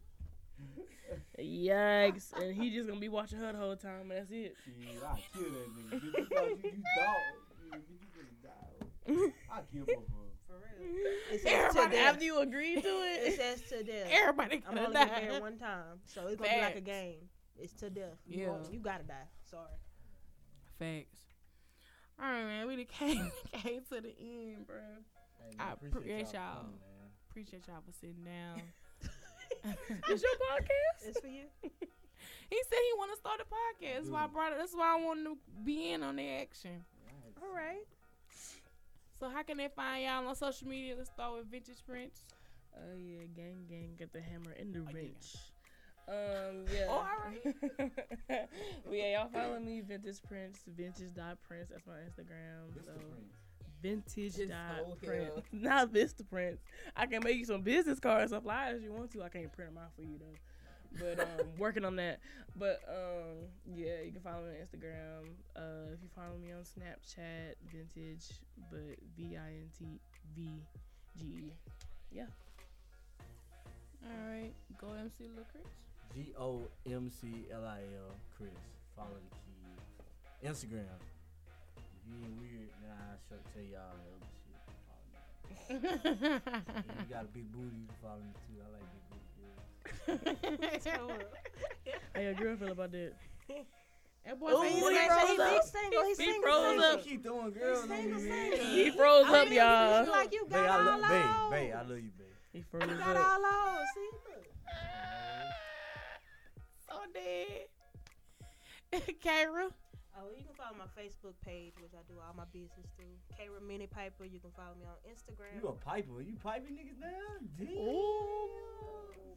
Yikes! And he just gonna be watching her the whole time, and that's it. Shit, I kill that nigga. Bitch, you thought you, you thought, yeah, bitch, you gonna die. I kill both of them. For real. It says to Everybody, death. after you agree to It it, says to death. Everybody I'm gonna only getting die. married one time, so it's gonna be like a Facts. game. It's to death. You Yeah. won't- you gotta die. Sorry. Facts. All right, man. We done came came to the end, bro. Hey, I appreciate y'all. coming, man. Appreciate y'all for sitting down. it's your podcast. It's for you. He said he want to start a podcast. That's why I Dude. brought it. That's why I wanted to be in on the action. All right. So how can they find y'all on social media? Let's start with Vintage Prince. Oh yeah, gang gang, get the hammer and the yeah. wrench. Um yeah. Oh, alright. well, yeah, y'all follow me, Vintage Prince, Vintage dot Prince. That's my Instagram. This so the prince. Vintage Just dot so Prince, hell. not Vista Prince. I can make you some business cards, some flyers if you want to. I can't print them out for you though. But um, working on that. But um, yeah, you can follow me on Instagram. Uh, if you follow me on Snapchat, Vintage, but V I N T V G E. All right, go MC Lucrets. G O M C L I L Chris. Follow the key. Instagram. If you ain't weird, then I sure tell y'all the other shit. And you got a big booty you can follow me too. I like big booty girls. How your girl feel about that? That boy say he's he nice. froze up. He's single. He's He single. froze Hey, single. up. She keep throwing girls on Single, me, man. single. He fools I up, mean, you y'all. look Like you Bae, I got all love, bae, out. bae, I love you, babe. He You froze got up. all out. See, look. So dead. Kyra. Oh, you can follow my Facebook page, which I do all my business through. Kara Mini Piper. You can follow me on Instagram. You a piper. You piping niggas down? Damn.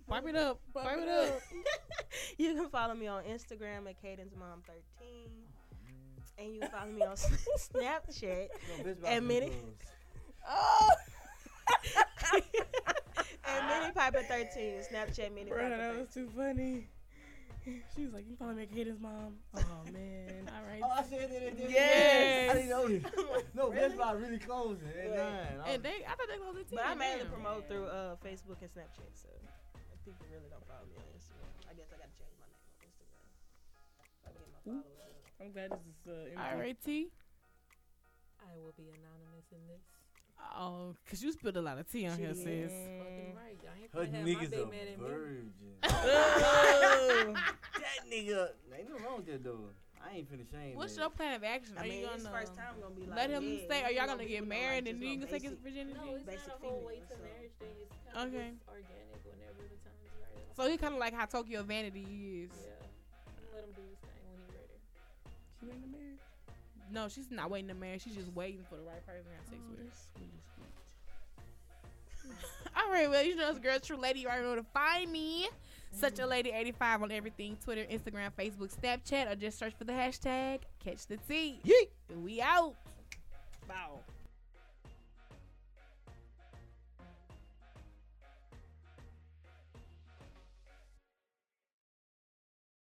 Pipe it up. Pipe it up. you can follow me on Instagram at Cadence Mom 13 Oh, and you can follow me on Snapchat Yo, bitch, about And them many- girls. Oh. and Mini Piper 13, Snapchat Mini Bruh, Piper. that was 13. too funny. She was like, "You probably make Hayden's mom." Oh man. All right. Oh, I said that. that- that- Yes. I didn't know this. No, Best Buy really closed it at Yeah. nine. I And was- they, I thought they closed it. But I mainly made promote through uh, Facebook and Snapchat, so people really don't follow me on Instagram. I guess I gotta change my name on Instagram. I'll get my Ooh. followers up. I'm glad this is uh. All empty. right, T. I will be anonymous in this. Oh, cause you spilled a lot of tea on here, She sis. Fucking right. I ain't gonna Her have my niggas big a man in me. virgin. Oh. that nigga. Ain't nothing wrong with that though. I ain't finna shame. What's that. your plan of action? Are I mean, you his gonna first time gonna be like, let him yeah, stay? Are he y'all gonna gonna be get with no, like, married and just then you no can take his basic- virginity? No, it's Basic not a whole female, way to so- marriage thing. It's kind Okay. of just organic whenever the time's right. So he kind of like how Tokyo Vanity is. yeah. I'm gonna let him do his thing when he's ready. She went to marriage. No, she's not waiting to marry. She's just waiting for the right person to have sex with. All right, well, you know, it's girl, true lady. You already know where to find me. Such a lady 85 on everything Twitter, Instagram, Facebook, Snapchat, or just search for the hashtag catch the tea. We out. Bow.